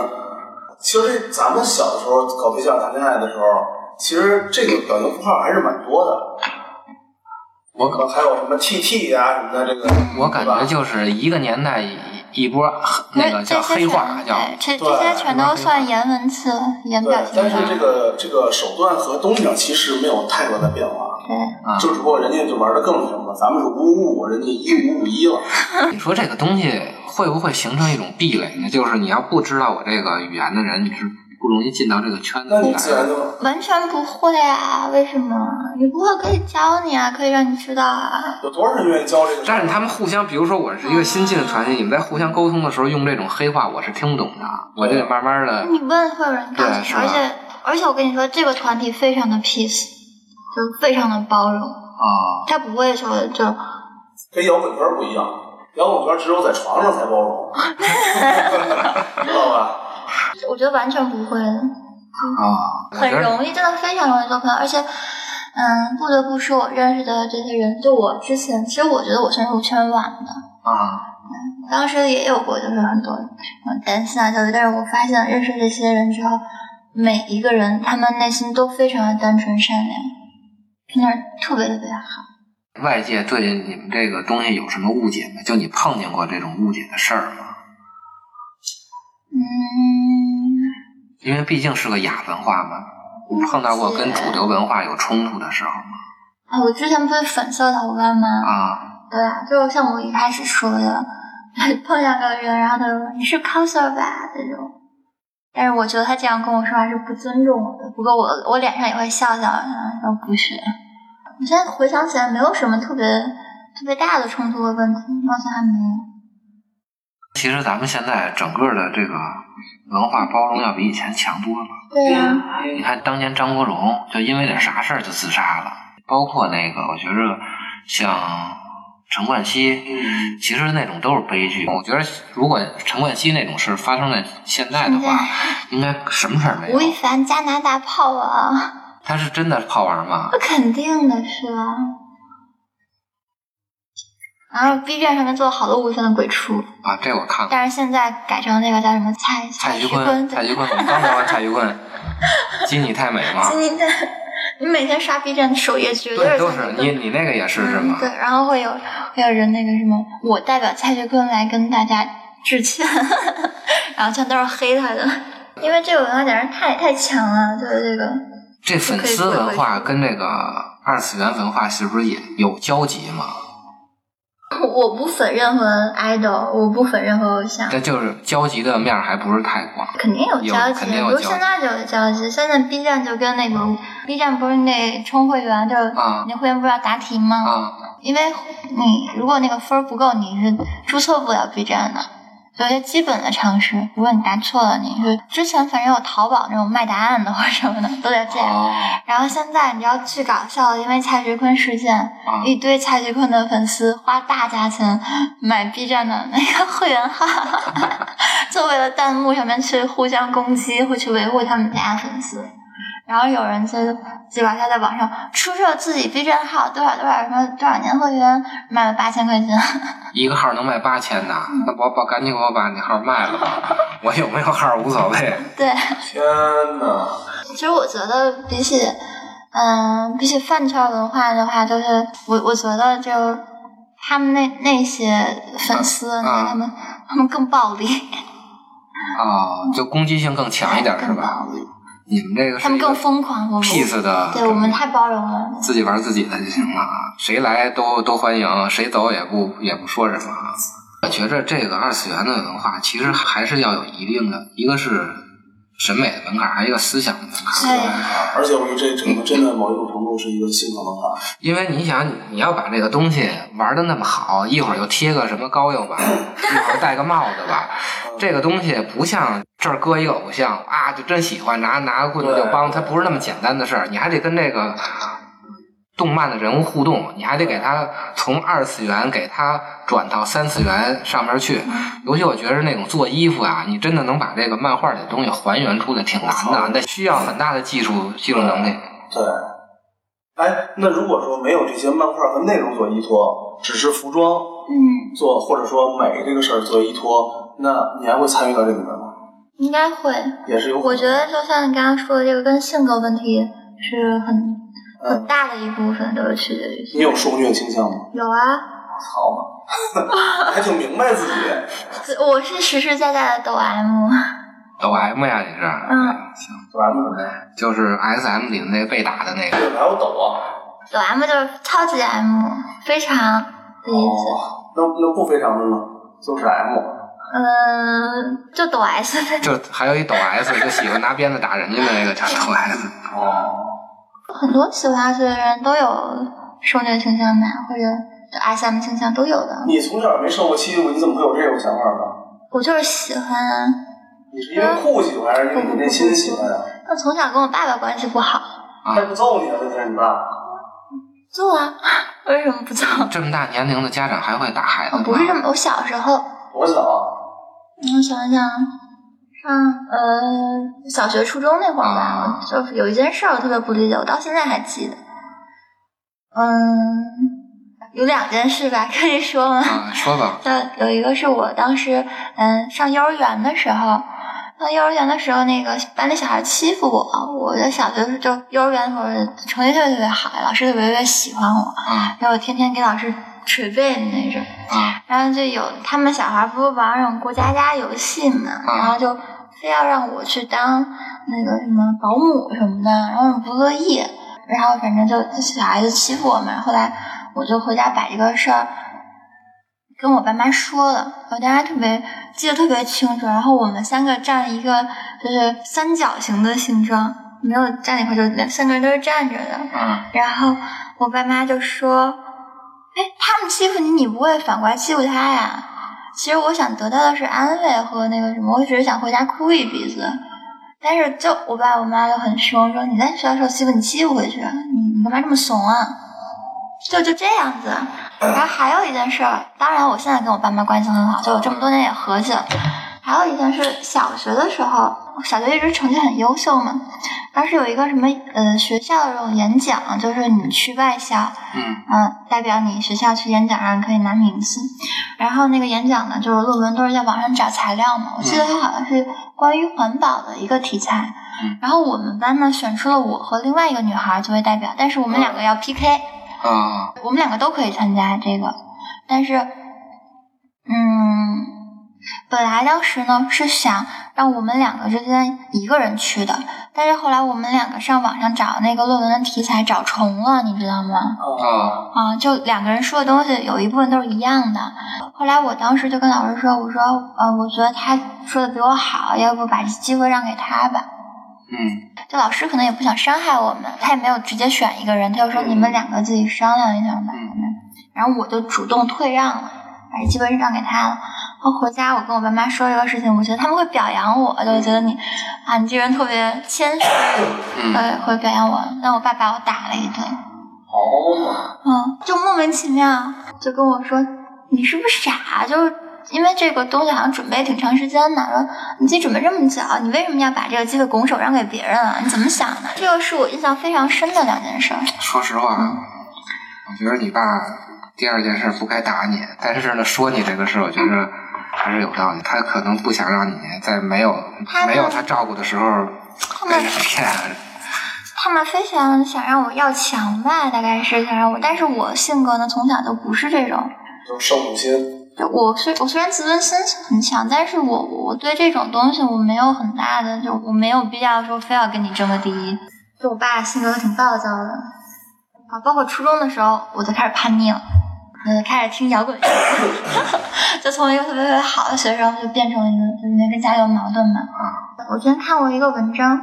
D: 其实咱们小的时候搞对象谈恋爱的时候，其实这个表情符号还是蛮多的。
B: 我
D: 可能还有什么 T T 呀什么的，这个
B: 嗯我感觉
D: 对吧
B: 就是一个年代一一波那个
C: 这
B: 叫
C: 些
B: 黑
C: 全
B: 话叫。
C: 对这
D: 对
C: 这些全都算颜文字、颜
D: 对
C: 表，情
D: 但
C: 包
D: 是。这个这个手段和东西上其实没有太多的变化，
C: 对。
B: 啊
D: 就只不过人家就玩的更那什么了，咱们是五五五，人家一五五一了。
C: 哎
B: 你说这个东西会不会形成一种壁垒呢？就是你要不知道我这个语言的人，你是不容易进到这个圈子
D: 那
B: 里
D: 你
B: 来
D: 自然
B: 的。
D: 就
C: 完全不会啊？为什么？你不会可以教你啊，可以让你知道啊。
D: 有多少人愿意教这个？
B: 但是他们互相，比如说我是一个新进的团体，你们在互相沟通的时候用这种黑话，我是听不懂的，我就得慢慢的。
C: 你问会有人告诉
B: 对
C: 你，
B: 是吧
C: 而且而且我跟你说，这个团体非常的 peace，就是非常的包容，
B: 啊，
C: 他不会说就
D: 跟摇滚圈不一样，摇滚圈只有在床上才包容，知道吧？
C: 我觉得完全不会的，
B: 啊，我觉
C: 很
B: 得
C: 容易，真的非常容易做朋友。而且，嗯，不得不说，我认识的这些人，就我之前，其实我觉得我算入圈晚的。
B: 啊，
C: 当时也有过，就是很多嗯担心啊、焦虑，但是我发现认识这些人之后，每一个人他们内心都非常的单纯善良，真的是特别特别好。
B: 外界对你们这个东西有什么误解没？就你碰见过这种误解的事儿吗？
C: 嗯，
B: 因为毕竟是个亚文化嘛，你碰到过跟主流文化有冲突的时候吗？
C: 哎，我之前不是粉色头发吗？
B: 啊，
C: 对啊，就像我一开始说的， (laughs) 碰见个人，然后他就说你是 coser 吧这种，但是我觉得他这样跟我说话是不尊重我的。不过我我脸上也会笑笑，然后说不是。我现在回想起来，没有什么特别特别大的冲突和问题，好像还没有。
B: 其实咱们现在整个的这个文化包容要比以前强多了。
C: 对啊
D: 啊
C: 呀、
B: 你看当年张国荣就因为点啥事儿就自杀了，包括那个我觉着像陈冠希，
D: 嗯，
B: 其实那种都是悲剧。我觉得如果陈冠希那种事儿发生在现在的
C: 现
B: 话，
C: 在
B: 应该什么事儿没
C: 吴亦
B: 有。
C: 凡加拿大炮啊， (laughs)
B: 他是真的好玩吗
C: 那？肯定的是啊。然后 B 站上面做了好多无限的鬼畜，
B: 啊，这我看过。
C: 但是现在改成那个叫什么蔡
B: 蔡徐坤，
C: 坤，
B: 蔡
C: 对
B: 徐坤，我们刚聊完蔡徐
C: (laughs)
B: 坤，基你太美吗？
C: 今
B: (laughs)
C: 天你每天刷 B 站的首页绝
B: 啊对，
C: 是
B: 都
C: 蔡
B: 是
C: 徐坤
B: 你，你那个也是是吗
C: 嗯？对，然后会有会有人那个什么，我代表蔡徐坤来跟大家致歉， (laughs) 然后全都是黑他的，因为这个文化简直太太强了，就是这个。
B: 这粉丝文化跟这个二次元文化是不是也有交集嘛？
C: 我不粉任何 idol，我不粉任何偶像，
B: 但就是交集的面儿还不是太广。
C: 肯定有
B: 有
C: 交集，
B: 肯定
C: 比
B: 有
C: 如
B: 交集
C: 现在就有交集。现在 B 站就跟那个、B 站不是那充会员，就是
B: 啊
C: 那会员不是要答题吗？
B: 啊，
C: 因为你如果那个分儿不够，你是注册不了 B 站的。有些基本的常识，如果你答错了，你是之前反正有淘宝那种卖答案的或者什么的都得这样。
B: 哦，
C: 然后现在你知道巨搞笑的，因为蔡徐坤事件，
B: 啊
C: 一堆蔡徐坤的粉丝花大价钱买 B 站的那个会员号， (laughs) 就为了弹幕上面去互相攻击，会去维护他们家粉丝。然后有人就就把他在网上出售自己 B 站号多少多少什么多少年会员，卖了八千块钱。
B: 一个号能卖八千呢，
C: 嗯
B: 那我把赶紧给我把那号卖了
C: (laughs)
B: 吧，我有没有号无所谓。
C: 对， (laughs)
D: 天哪！
C: 其实我觉得比起，嗯，比起饭圈文化的话，就是我我觉得就他们那那些粉丝，
B: 啊
C: 那
B: 啊
C: 他们他们更暴力，
B: 哦，就攻击性更强一点是
C: 更
B: 吧？
C: 暴力，
B: 你们这个
C: 他
B: 是
C: 们
B: 一
C: 更
B: 个
C: 疯狂，我们
B: peace 的，
C: 啊对我们太包容了。
B: 自己玩自己的就行了，啊，谁来都都欢迎，谁走也不也不说什么。啊。我觉着这个二次元的文化其实还是要有一定的，一个是审美的门槛，还有一个思想的门槛。
C: 哎，
D: 而且我觉得这整个真的某一种程度是一个性格文化，
B: 因为你想，你要把这个东西玩的那么好，一会儿又贴个什么膏药吧，一会儿戴个帽子吧，这个东西不像这儿搁一个偶像啊，就真喜欢拿拿个棍子就帮，它不是那么简单的事儿，你还得跟这个动漫的人物互动，你还得给他从二次元给他转到三次元上面去。尤其我觉得那种做衣服啊，你真的能把这个漫画里的东西还原出来挺难的，那需要很大的技术技术能力。
D: 对。哎，那如果说没有这些漫画和内容做依托，只是服装
C: 嗯，
D: 做或者说美这个事儿做依托，那你还会参与到这里面吗？
C: 应该会。
D: 也是有可能。
C: 我觉得就像你刚刚说的，这个跟性格问题是很很
D: 嗯，
C: 大的一部分的取决于性
D: 你有受虐倾向吗？
C: 格。有啊，
D: 好嘛， (laughs) 还挺明白自己。
C: 我是实实在在的抖 M。
B: 抖 M 啊呀，你是？
C: 嗯
B: 行。
D: 对吧？对吧
B: 就是 S M 里的那个被打的那个。
D: 哪有抖啊？
C: 抖 M 就是超级 M，非常的意思。
D: 哦，那那不非常的呢，就是 M。
C: 嗯，就抖 S (laughs) 呗。
B: 就还有一抖 S，就喜欢拿鞭子打人家的那个叫抖 S，
D: 哦，
C: 很多喜欢二次元的人都有受虐倾向吧，或者就 S M 倾向都有的。
D: 你从小没受过欺负，你怎么会有这种想法呢？
C: 我就是喜欢啊，
D: 你是因为酷喜欢，还是因为你内心喜欢啊？
C: 那从小跟我爸爸关系不好，
D: 他不揍你啊，这是你爸。
C: 揍啊，为什么不揍？
B: 这么大年龄的家长还会打孩子
C: 我
B: 吗？
C: 哦不是这么，我小时候，
D: 多小啊？
C: 我想想，上呃小学、初中那会儿吧
B: 啊，
C: 就是有一件事儿我特别不理解，我到现在还记得。嗯，有两件事吧，可以说吗？
B: 啊，说吧，
C: 那有一个是我当时嗯上幼儿园的时候，上幼儿园的时候，那个班里小孩欺负我，我在小学的时候就幼儿园的时候成绩特别特别好，老师特别特别喜欢我，
B: 啊
C: 然后我天天给老师捶背的那种。
B: 啊
C: 然后就有他们小孩不是玩那种过家家游戏嘛，
B: 啊
C: 然后就非要让我去当那个什么保姆什么的，然后我不乐意，然后反正就小孩就欺负我嘛。后来我就回家把这个事儿跟我爸妈说了，我当时特别记得特别清楚。然后我们三个站一个就是三角形的形状，没有站一块儿，就两三个人都是站着的。
B: 啊
C: 然后我爸妈就说：“哎，他们欺负你，你不会反过来欺负他呀？”其实我想得到的是安慰和那个什么，我只是想回家哭一鼻子。但是就我爸我妈就很凶，说你在学校受欺负，你欺负回去，你你干嘛这么怂啊？就就这样子。然后还有一件事儿，当然我现在跟我爸妈关系很好，就我这么多年也和气了。还有一件事，小学的时候，小学一直成绩很优秀嘛，当时有一个什么呃学校的这种演讲，就是你去外校，
B: 嗯
C: 嗯，代表你学校去演讲，然后可以拿名次。然后那个演讲呢，就是论文都是在网上找材料嘛。我记得它好像是关于环保的一个题材。
B: 嗯
C: 然后我们班呢选出了我和另外一个女孩作为代表，但是我们两个要 PK，、
B: 啊
C: 我们两个都可以参加这个，但是，嗯，本来当时呢是想让我们两个之间一个人去的，但是后来我们两个上网上找那个论文的题材找重了，你知道吗？
B: 啊，
C: 啊，就两个人说的东西有一部分都是一样的。后来我当时就跟老师说，我说，呃，我觉得他说的比我好，要不把这机会让给他吧。
B: 嗯，
C: 就老师可能也不想伤害我们，他也没有直接选一个人，他就说你们两个自己商量一下吧。嗯然后我就主动退让了，把这机会让给他了。然后回家我跟我爸妈说这个事情，我觉得他们会表扬我，就觉得你啊，你这人特别谦虚，
B: 嗯
C: 呃，会表扬我。但我爸把我打了一顿，
D: 哦，
C: 嗯，就莫名其妙就跟我说你是不是傻？啊就是因为这个东西好像准备挺长时间的，说你自己准备这么久，你为什么要把这个机会拱手让给别人啊？你怎么想的？这个是我印象非常深的两件事儿。
B: 说实
C: 嗯
B: 话，啊我觉得你爸第二件事不该打你，但是呢，说你这个事，我觉得还是有道理。他可能不想让你在没有
C: 他们
B: 没有他照顾的时候被人骗。 (laughs)
C: 他们非常想让我要强吧，大概是想让我，但是我性格呢从小就不是这种。
D: 就是圣母心，
C: 就我虽我虽然自尊心很强，但是我我对这种东西我没有很大的，就我没有必要说非要跟你争个第一。就我爸性格挺暴躁的，啊，包括初中的时候我就开始叛逆了，我就开始听摇滚乐， (laughs) 就从一个特别特别好的学生就变成一个就因为跟家里有矛盾嘛。啊我之前看过一个文章，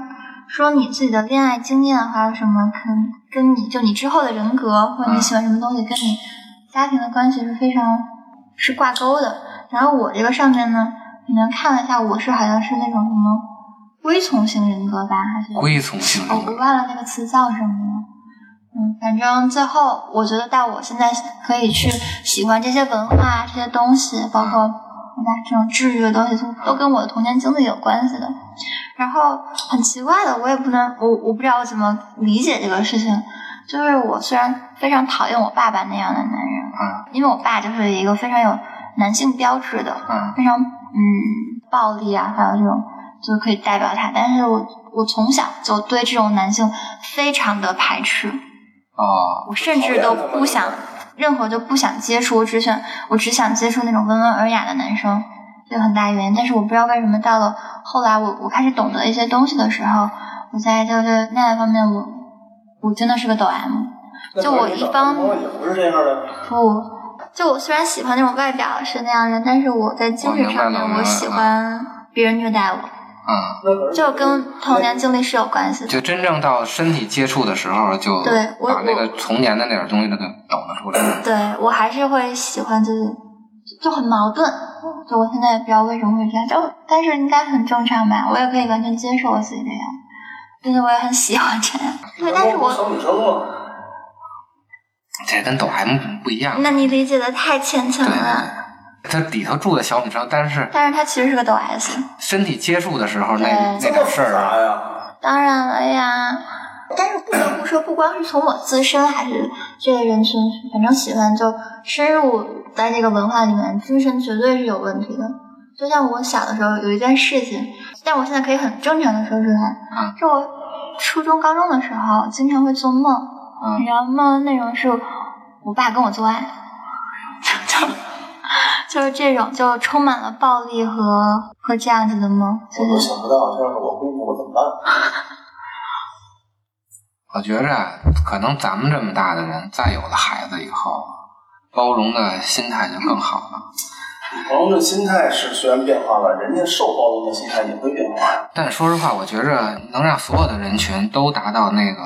C: 说你自己的恋爱经验还有什么，跟跟你就你之后的人格或者你喜欢什么东西，跟你家庭的关系是非常是挂钩的。然后我这个上面呢，你们看了一下，我是好像是那种什么归从型人格吧，还是
B: 归从性
C: 我
B: 人
C: 哦我
B: 格，
C: 忘了那个词叫什么了。嗯，反正最后我觉得到我现在可以去喜欢这些文化、啊这些东西，包括对吧这种治愈的东西，都都跟我的童年经历有关系的。然后很奇怪的，我也不能，我我不知道我怎么理解这个事情。就是我虽然非常讨厌我爸爸那样的男人，
B: 啊
C: 因为我爸就是一个非常有男性标志的，
B: 啊
C: 非常嗯暴力啊，还有这种就可以代表他。但是我我从小就对这种男性非常的排斥，
B: 哦，
C: 我甚至都不想任何就不想接触，我只想我只想接触那种温文尔雅的男生，这个很大原因。但是我不知道为什么到了后来我我开始懂得一些东西的时候，我在就是那方面我我真的是个抖 M。就我一方
D: 那也不是这样的，
C: 不，就我虽然喜欢那种外表是那样的，但是我在精神上面
B: 哦我明白了
C: 我喜欢别人虐待我。
B: 嗯，
D: 那可是
C: 就跟童年经历是有关系的。
B: 就真正到身体接触的时候，就
C: 对我
B: 把那个童年的那点东西都给抖了出来。
C: 对我还是会喜欢，就是就很矛盾。就我现在也不知道为什么会这样，就但是应该很正常吧，我也可以完全接受我自己这样，但是我也很喜欢这样。对，但是我，
D: 小女生嘛，
B: 这跟抖 M 不一样，
C: 那你理解的太浅层
B: 对
C: 了。，
B: 它里头住的小女生，但是
C: 但是他其实是个抖 S，
B: 身体接触的时候那那
C: 对
D: 这
B: 点
D: 么
B: 事儿啊，
D: 啥呀？
C: 当然了呀。但是不得不说，不光是从我自身，还是这个人群，反正喜欢就深入在这个文化里面，精神绝对是有问题的。就像我小的时候有一件事情，但我现在可以很正常的说出来啊
B: 嗯，
C: 就我初中、高中的时候，经常会做梦，
B: 嗯
C: 然后梦内容是我爸跟我做爱，就 (laughs) 就是这种，就充满了暴力和和这样子的梦，就
D: 我都
C: 是
D: 想不到，这要是我姑父我怎么办？
B: 我觉着啊可能咱们这么大的人，再有了孩子以后，包容的心态就更好了。
D: 包容的心态是虽然变化了，人家受包容的心态也会变化呀。
B: 但说实话，我觉着能让所有的人群都达到那个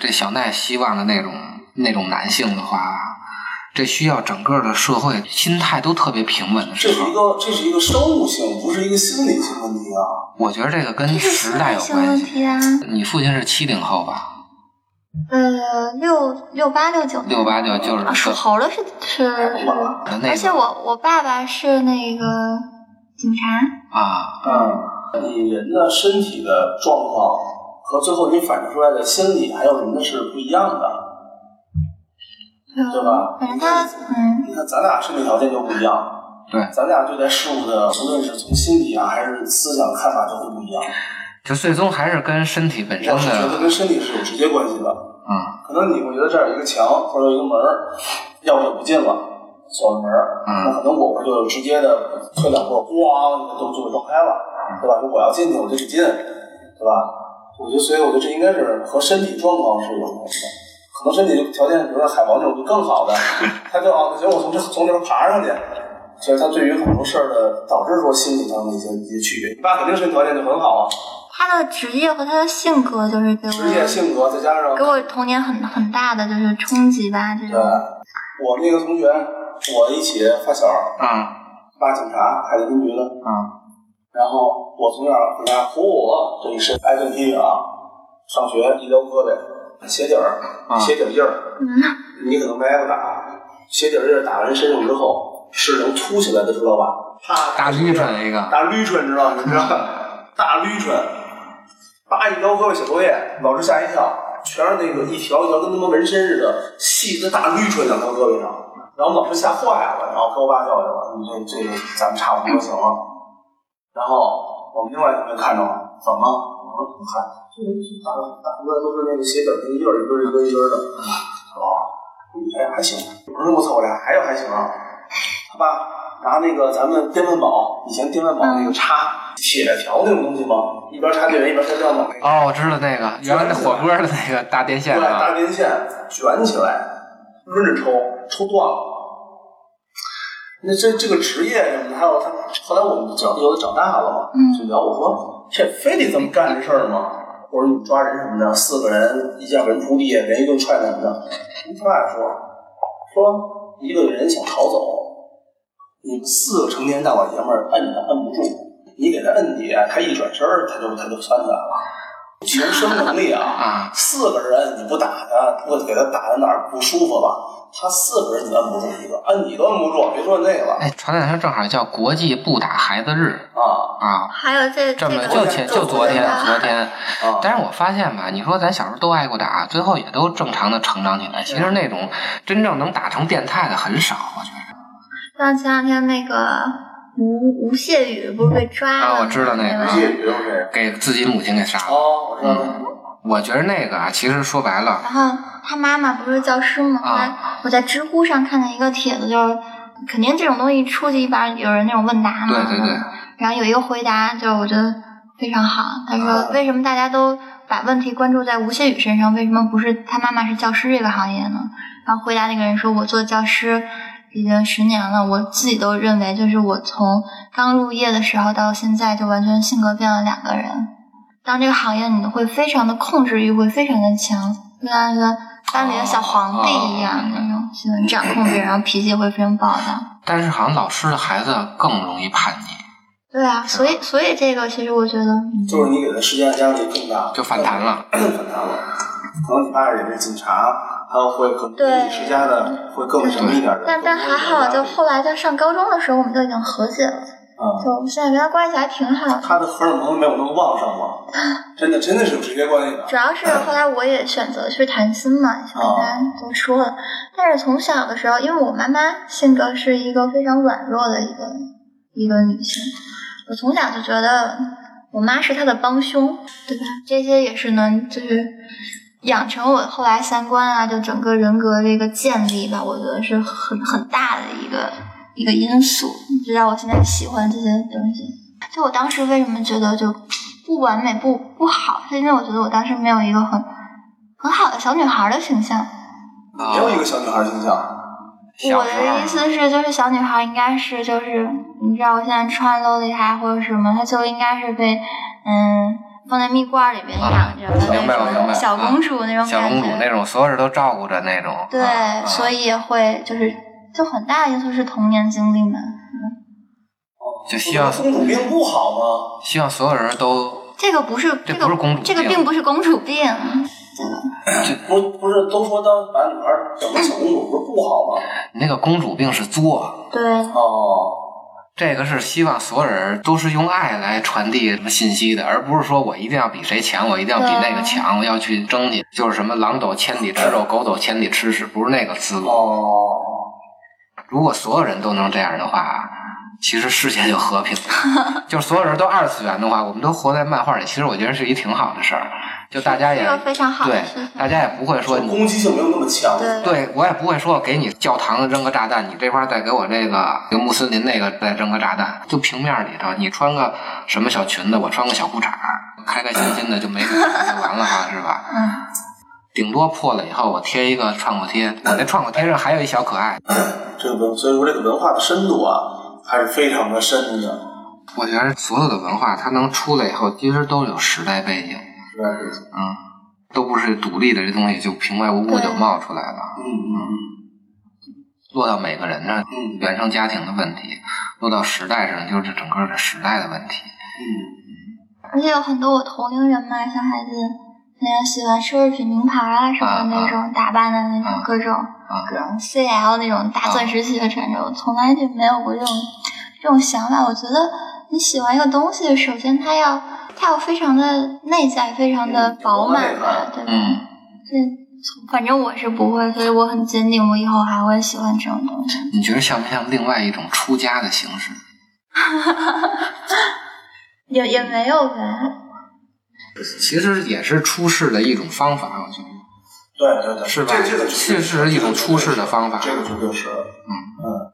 B: 这小奈希望的那种那种男性的话，这需要整个的社会心态都特别平稳的
D: 这
B: 时
D: 是一
B: 候。
D: 个这是一个生物性，不是一个心理性问题啊。
B: 我觉得这个跟
C: 这是
B: 时
C: 心
B: 代
C: 理
B: 有
C: 性
B: 关
C: 问
B: 系。
C: 题啊。
B: 你父亲是七零后吧？
C: 呃，六六八六九
B: 六八就就是
C: 啊，属猴的是是
D: 哎
C: 是，
B: 的那
C: 而且
B: 个
C: 我我爸爸是那个呃警察，
B: 啊，
D: 嗯，你人的身体的状况和最后你反射出来的心理还有人的是不一样的。对吧
C: 反正他嗯，
D: 你看咱俩身体条件就不一样，
B: 对，
D: 咱俩对待事物的无论是从心理啊还是思想看法就会不一样。
B: 就最终还是跟身体本身
D: 我是觉得
B: 的
D: 跟身体是有直接关系的。
B: 啊、
D: 可能你会觉得这儿有一个墙或者有一个门儿，钥匙不进了，锁上门儿，
B: 嗯
D: 那可能我就直接的推两啊步，咣就就撞开了，对吧？如果我要进去，我就得进，对吧？我觉得，所以我觉得这应该是和身体状况是有关系的。可能身体条件，比如说海王这种就更好的，他就啊，觉得我从这从这儿爬上去，所以他对于很多事儿的导致说心理上的一些一些区别。你爸肯定身体条件就很好啊，
C: 他的职业和他的性格就是给
D: 职业
C: 我
D: 性格再加上
C: 给我童年很很大的就是冲击吧，这
D: 对，
C: 种
D: 呃我那个同学，我一起发小，
B: 嗯
D: 爸警察，海淀分局的。
B: 嗯
D: 然后我从小回家，嚯，我这一身挨顿批啊！上学一撩胳膊，鞋底儿，
B: 啊
D: 鞋底儿印儿，
C: 嗯
D: 你可能没挨过打。啊鞋底儿印儿打完身上之后是能凸起来的，知道吧？啪，
B: 大绿唇一个
D: 大捋唇知道你知道
B: (laughs)
D: 吧？大捋唇，叭一撩胳膊写作业，老师吓一跳，全是那个一条一条跟他妈纹身似的，细的大捋唇两条胳膊上，然后老师吓坏了，然后给我爸叫去了，你这这个咱们差不多行了。然后我们另外同学看着了，怎么了？我说嗨，这大哥大哥都是那个鞋底儿那个印儿一根儿一根儿一根儿的，是吧？哎，还行。我说我操，我俩还有还行啊。他爸拿那个咱们电饭煲，以前电饭煲那个插铁条那种东西吗？一边插电源一边插电饭煲那个，
B: 哦，我知道那个，原来那火锅的那个大电线
D: 对，大
B: 啊，
D: 电线卷起来，抡着抽，抽断了。那这这个职业什么的，还有他后来我们长有的长大了嘛，
C: 嗯
D: 就聊我说这非得这么干这事儿吗？我说你们抓人什么的，四个人一下人扑地，人一顿踹什么的。他爸也说说一个人想逃走，你们嗯四个成年大老爷们儿摁他摁不住，你给他摁底啊下，他一转身儿他就他就窜起来了。求生能
B: (laughs)
D: 力
B: 啊
D: 四个人你不打他，不给他打到哪儿不舒服了，他四个人你摁不住一个，摁你都摁不住，别说那个了
B: 哎，前两天正好叫国际不打孩子日
D: 啊
B: 啊，
C: 还有这这
B: 这么
C: 个
B: 就前就昨天昨天，
D: 啊！
B: 但是我发现吧，你说咱小时候都挨过打，最后也都正常的成长起来。其实那种真正能打成变态的很少，我觉得。
C: 像前两天那个吴吴谢宇不是被抓了吗？
B: 啊我知道那
C: 对
B: 个
C: 吧
D: 介于是
B: 给自己母亲给杀了，
D: 哦，我知道了。
B: 我觉得那个啊，其实说白了，
C: 然后他妈妈不是教师吗？
B: 啊
C: 后来我在知乎上看见一个帖子，就是肯定这种东西一出去一般有人那种问答嘛。
B: 对对对。
C: 然后有一个回答，就是我觉得非常好。他
D: 啊
C: 说：“为什么大家都把问题关注在吴谢宇身上，为什么不是他妈妈是教师这个行业呢？”然后回答那个人说：“我做教师已经十年了，我自己都认为，就是我从刚入业的时候到现在，就完全性格变了两个人。当这个行业，你会非常的控制欲会非常的强，就像一个班里的小
D: 啊
C: 皇帝一
B: 哦
C: 样
B: 哦
C: 那种，喜欢掌控别人，然后脾气会非常暴躁。”
B: 但是好像老师的孩子更容易叛逆，
C: 对啊，所以所以这个其实我觉得，嗯
D: 就是你给他施加的压力更大，
B: 就反弹了。
D: (clears throat) 反弹了。可能你爸也是警察，他会可能
C: 对
D: 你施加的会更什么一点的。
C: 但但还好，就后来在上高中的时候，我们就已经和解了，
D: 啊，
C: 就我们现在跟他关系还挺好的。
D: 他的荷尔蒙没有那么旺盛了，真的真的是有直接关系的。
C: 主要是后来我也选择去谈心嘛，就跟大家都说了。但是从小的时候，因为我妈妈性格是一个非常软弱的一个一个女性，我从小就觉得我妈是她的帮凶，对吧？这些也是能就是养成我后来三观啊，就整个人格的一个建立吧，我觉得是很很大的一个一个因素，就让我现在喜欢这些东西。就我当时为什么觉得就不完美不不好，是因为我觉得我当时没有一个很很好的小女孩的形象。
D: 没有一个小女孩形象，
B: 啊
C: 我
B: 小时
C: 的意
B: 候
C: 思是，就是小女孩应该是就是你知道我现在穿洛丽塔或者什么，她就应该是被嗯放在蜜罐里边
B: 啊
C: 养着的
B: 明白我
C: 那
B: 明白啊
C: 种小公主那种
B: 小
C: 感
B: 公主那
C: 觉。
B: 种，所有人都照顾着那种。
C: 对，
B: 啊
C: 所以也会就是就很大的因素是童年经历嘛。
B: 就希望
D: 公主病不好吗？
B: 希望所有人都
C: 这个不是
B: 这
C: 个
B: 不是公主
C: 这个
B: 病嗯
C: 并不是公主病。
D: 不不是都说当把女孩整成小公
B: 嗯
D: 主不是不好吗？
B: 那个公主病是作，
C: 对，
D: 哦，
B: 这个是希望所有人都是用爱来传递什么信息的，而不是说我一定要比谁强，我一定要比那个强，我要去争去，就是什么狼狗千里吃肉，狗走千里吃屎，不是那个思路。
D: 哦，
B: 如果所有人都能这样的话，其实世界就和平了。就是所有人都二次元的话，我们都活在漫画里，其实我觉得是一挺好的事儿。就大家也
C: 是个非常好的
B: 对
C: 事情，
B: 大家也不会说你
D: 攻击性没有那么强。
C: 对
B: 对我也不会说给你教堂扔个炸弹，你这块儿再给我这个这个穆斯林那个再扔个炸弹，就平面里头，你穿个什么小裙子，我穿个小裤衩儿，开开心心的就没事儿就完了哈，是吧？
C: 嗯。
B: 顶多破了以后，我贴一个创可贴，我那创可贴上还有一小可爱，
D: 这个文，所以说这个文化的深度啊，还是非常的深的。
B: 我觉得所有的文化它能出来以后，其实都有时代背景，
D: 是吧？这个
B: 嗯，都不是独立的这东西就平白无故就
C: 对
B: 冒出来了，
D: 嗯嗯
B: 落到每个人上，
D: 嗯
B: 原生家庭的问题，落到时代上就是整个的时代的问题。
D: 嗯
C: 而且有很多我同龄人嘛，小孩子那种喜欢奢侈品名牌啊什么的那种打扮的那
B: 啊
C: 种各种各种 CL 那种
D: 啊
C: 大钻石鞋穿着，我从来就没有过这种这种想法。我觉得你喜欢一个东西，首先它要它要非常的内在，非常
D: 嗯
C: 的饱满吧，对吧？
B: 嗯，
C: 嗯，反正我是不会，所以我很坚定，我以后还会喜欢这种东西。
B: 你觉得像不像另外一种出家的形式？
C: 也也没有呗，
B: 其实也是出世的一种方法，我觉得。
D: 对对对，
B: 是吧
D: 这这个
B: 确实是一种出世的方法
D: 这个绝对是，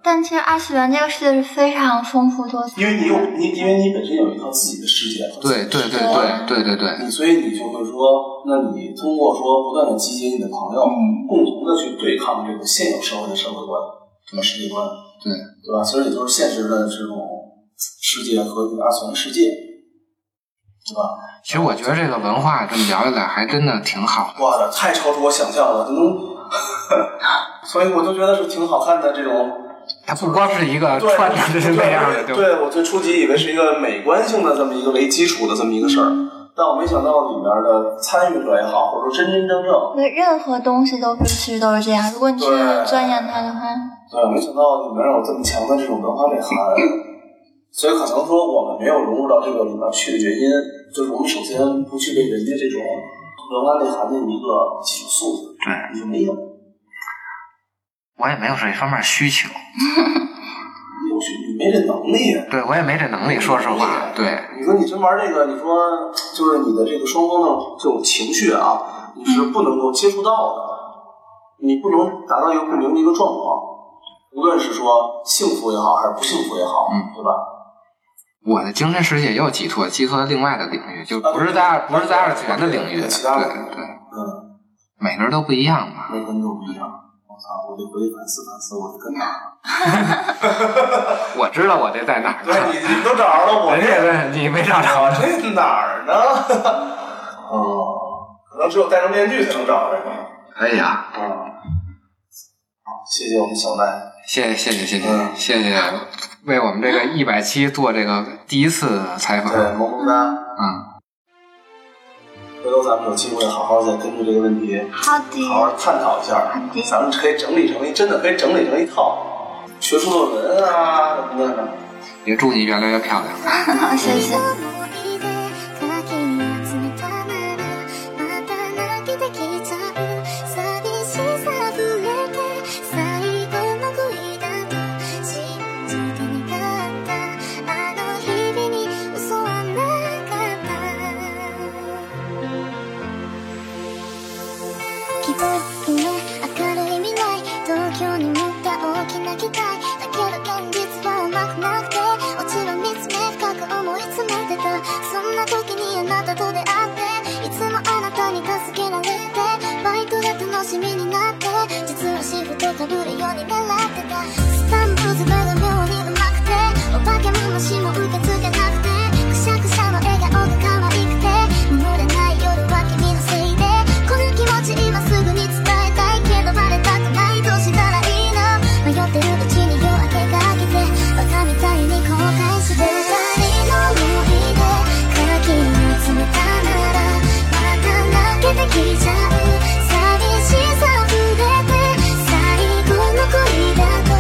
C: 但其实二次元这个世界是非常丰富多彩的，
D: 因为你有你，因为你本身有一套自己的世界和自己
B: 对
D: 的
B: 对
D: 世界
B: 对
D: 观，
B: 对对对对，
D: 嗯你所以你就会说，那你通过说不断的集结你的朋友，
C: 嗯
D: 共同的去对抗这个现有社会的社会观和世界观，
B: 对
D: 对吧？所以你就是现实的这种世界和你的二次元世界，对吧？
B: 其实我觉得这个文化这么聊一聊，还真的挺好的。
D: 哇塞，太超出我想象了，这能， (laughs) 所以我就觉得是挺好看的这种。
B: 它不光是一个
D: 对，
B: 串着就是那样的，对吧？
D: 对对，我最初级以为是一个美观性的这么一个为基础的这么一个事儿，但我没想到里面的参与者也好，或者说真真正正，
C: 对，任何东西都是其实都是这样。如果你去
D: 对
C: 钻研它的话，
D: 对，呃没想到里面有这么强的这种文化内涵。所以可能说我们没有融入到这个里面去的原因，就是我们首先不具备人家这种文化内涵的一个基础素质，
B: 对，
D: 也没有
B: 我也没有这方面需求，
D: 你有去，你没这能力啊。
B: 对我也没这能力，说实话，对，
D: 你说你真玩这个，你说就是你的这个双方的这种情绪啊，你是不能够接触到的，你不能达到一个共鸣的一个状况，无论是说幸福也好，还是不幸福也好，
B: 嗯
D: 对吧？
B: 我的精神世界也有寄托，寄托另外的领域，就不是在
D: 啊
B: 二不是在二次元的领域，对
D: 其他的领域
B: 对，
D: 嗯，
B: 每个人都不一样吧。
D: 每个人都不一样。我操，我得回去反思反思，我得跟哪？
B: 我知道我这在哪儿，
D: 哎你你都找着了，
B: 人家问你没找着，
D: 这哪儿呢？哦，可能只有戴上面具才能找着这个。
B: 可以啊，
D: 嗯，好，谢谢我们小赖。
B: 谢谢谢谢谢
D: 嗯
B: 谢谢谢，为我们这个一百期做这个第一次采访，
D: 对，萌萌哒。
B: 嗯，
D: 回头咱们有机会好好再根据这个问题
C: 好
D: 好
C: 的，
D: 好探讨一下
C: 好的，
D: 咱们可以整理成一真的可以整理成一套学术论文啊什么的。
B: 也祝你越来越漂亮。
C: 好 (laughs) 谢谢。
E: 「もひでかき集めたまままた泣けてきちゃう」「寂しさ増えて最後の恋だと信じてなかった」「あの日々に嘘はなかった」希望夢明るい未来東京に向った大きな期待だけど現実はうまくなくて落ちは見つめ深く思い詰めてたそんな時にあなたと出会っていつもあなたに助けられてバイトが楽しみになって実はシフトかぶるように狙ってたスタンプズが妙にうまくてお化けもしも受け付けなくてくしゃくしゃの笑顔が可愛くて眠れない夜は君のせいでこの気持ち今すぐに伝えたいけどバレたくないどうしたらいいの迷ってるうちに夜明けが明けてバカみたいに後悔して二人の思い出から気を集めたならまた泣けてきちゃう寂しさ触れて最後の恋だと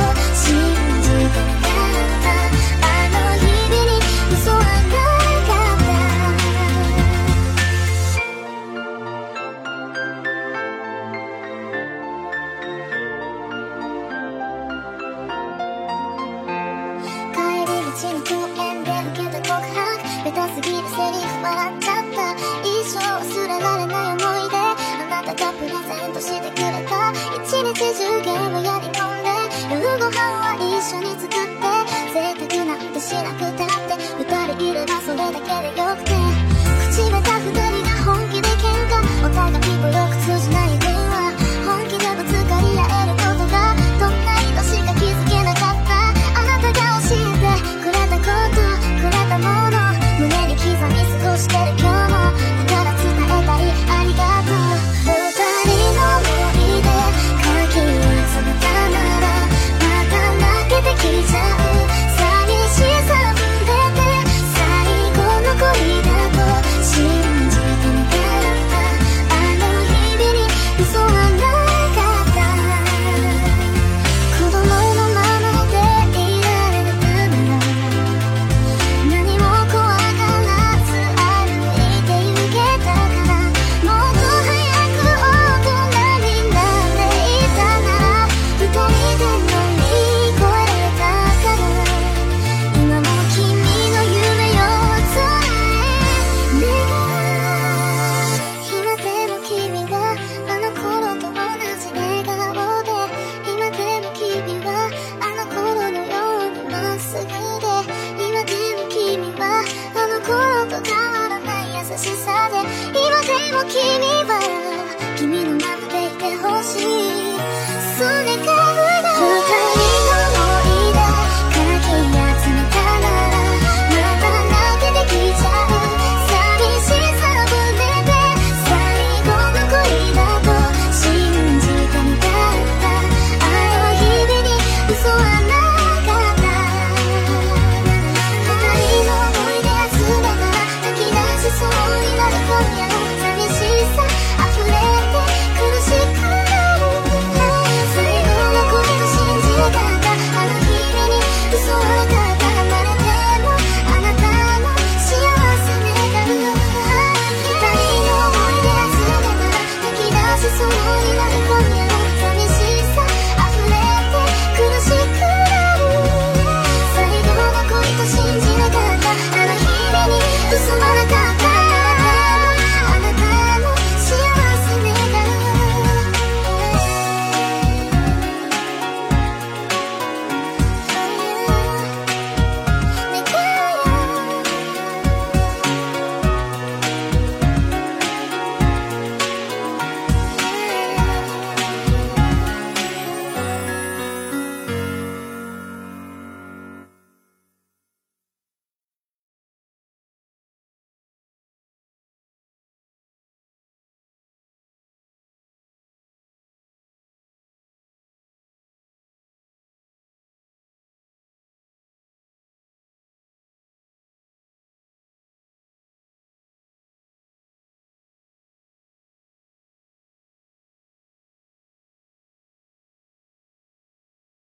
E: しさ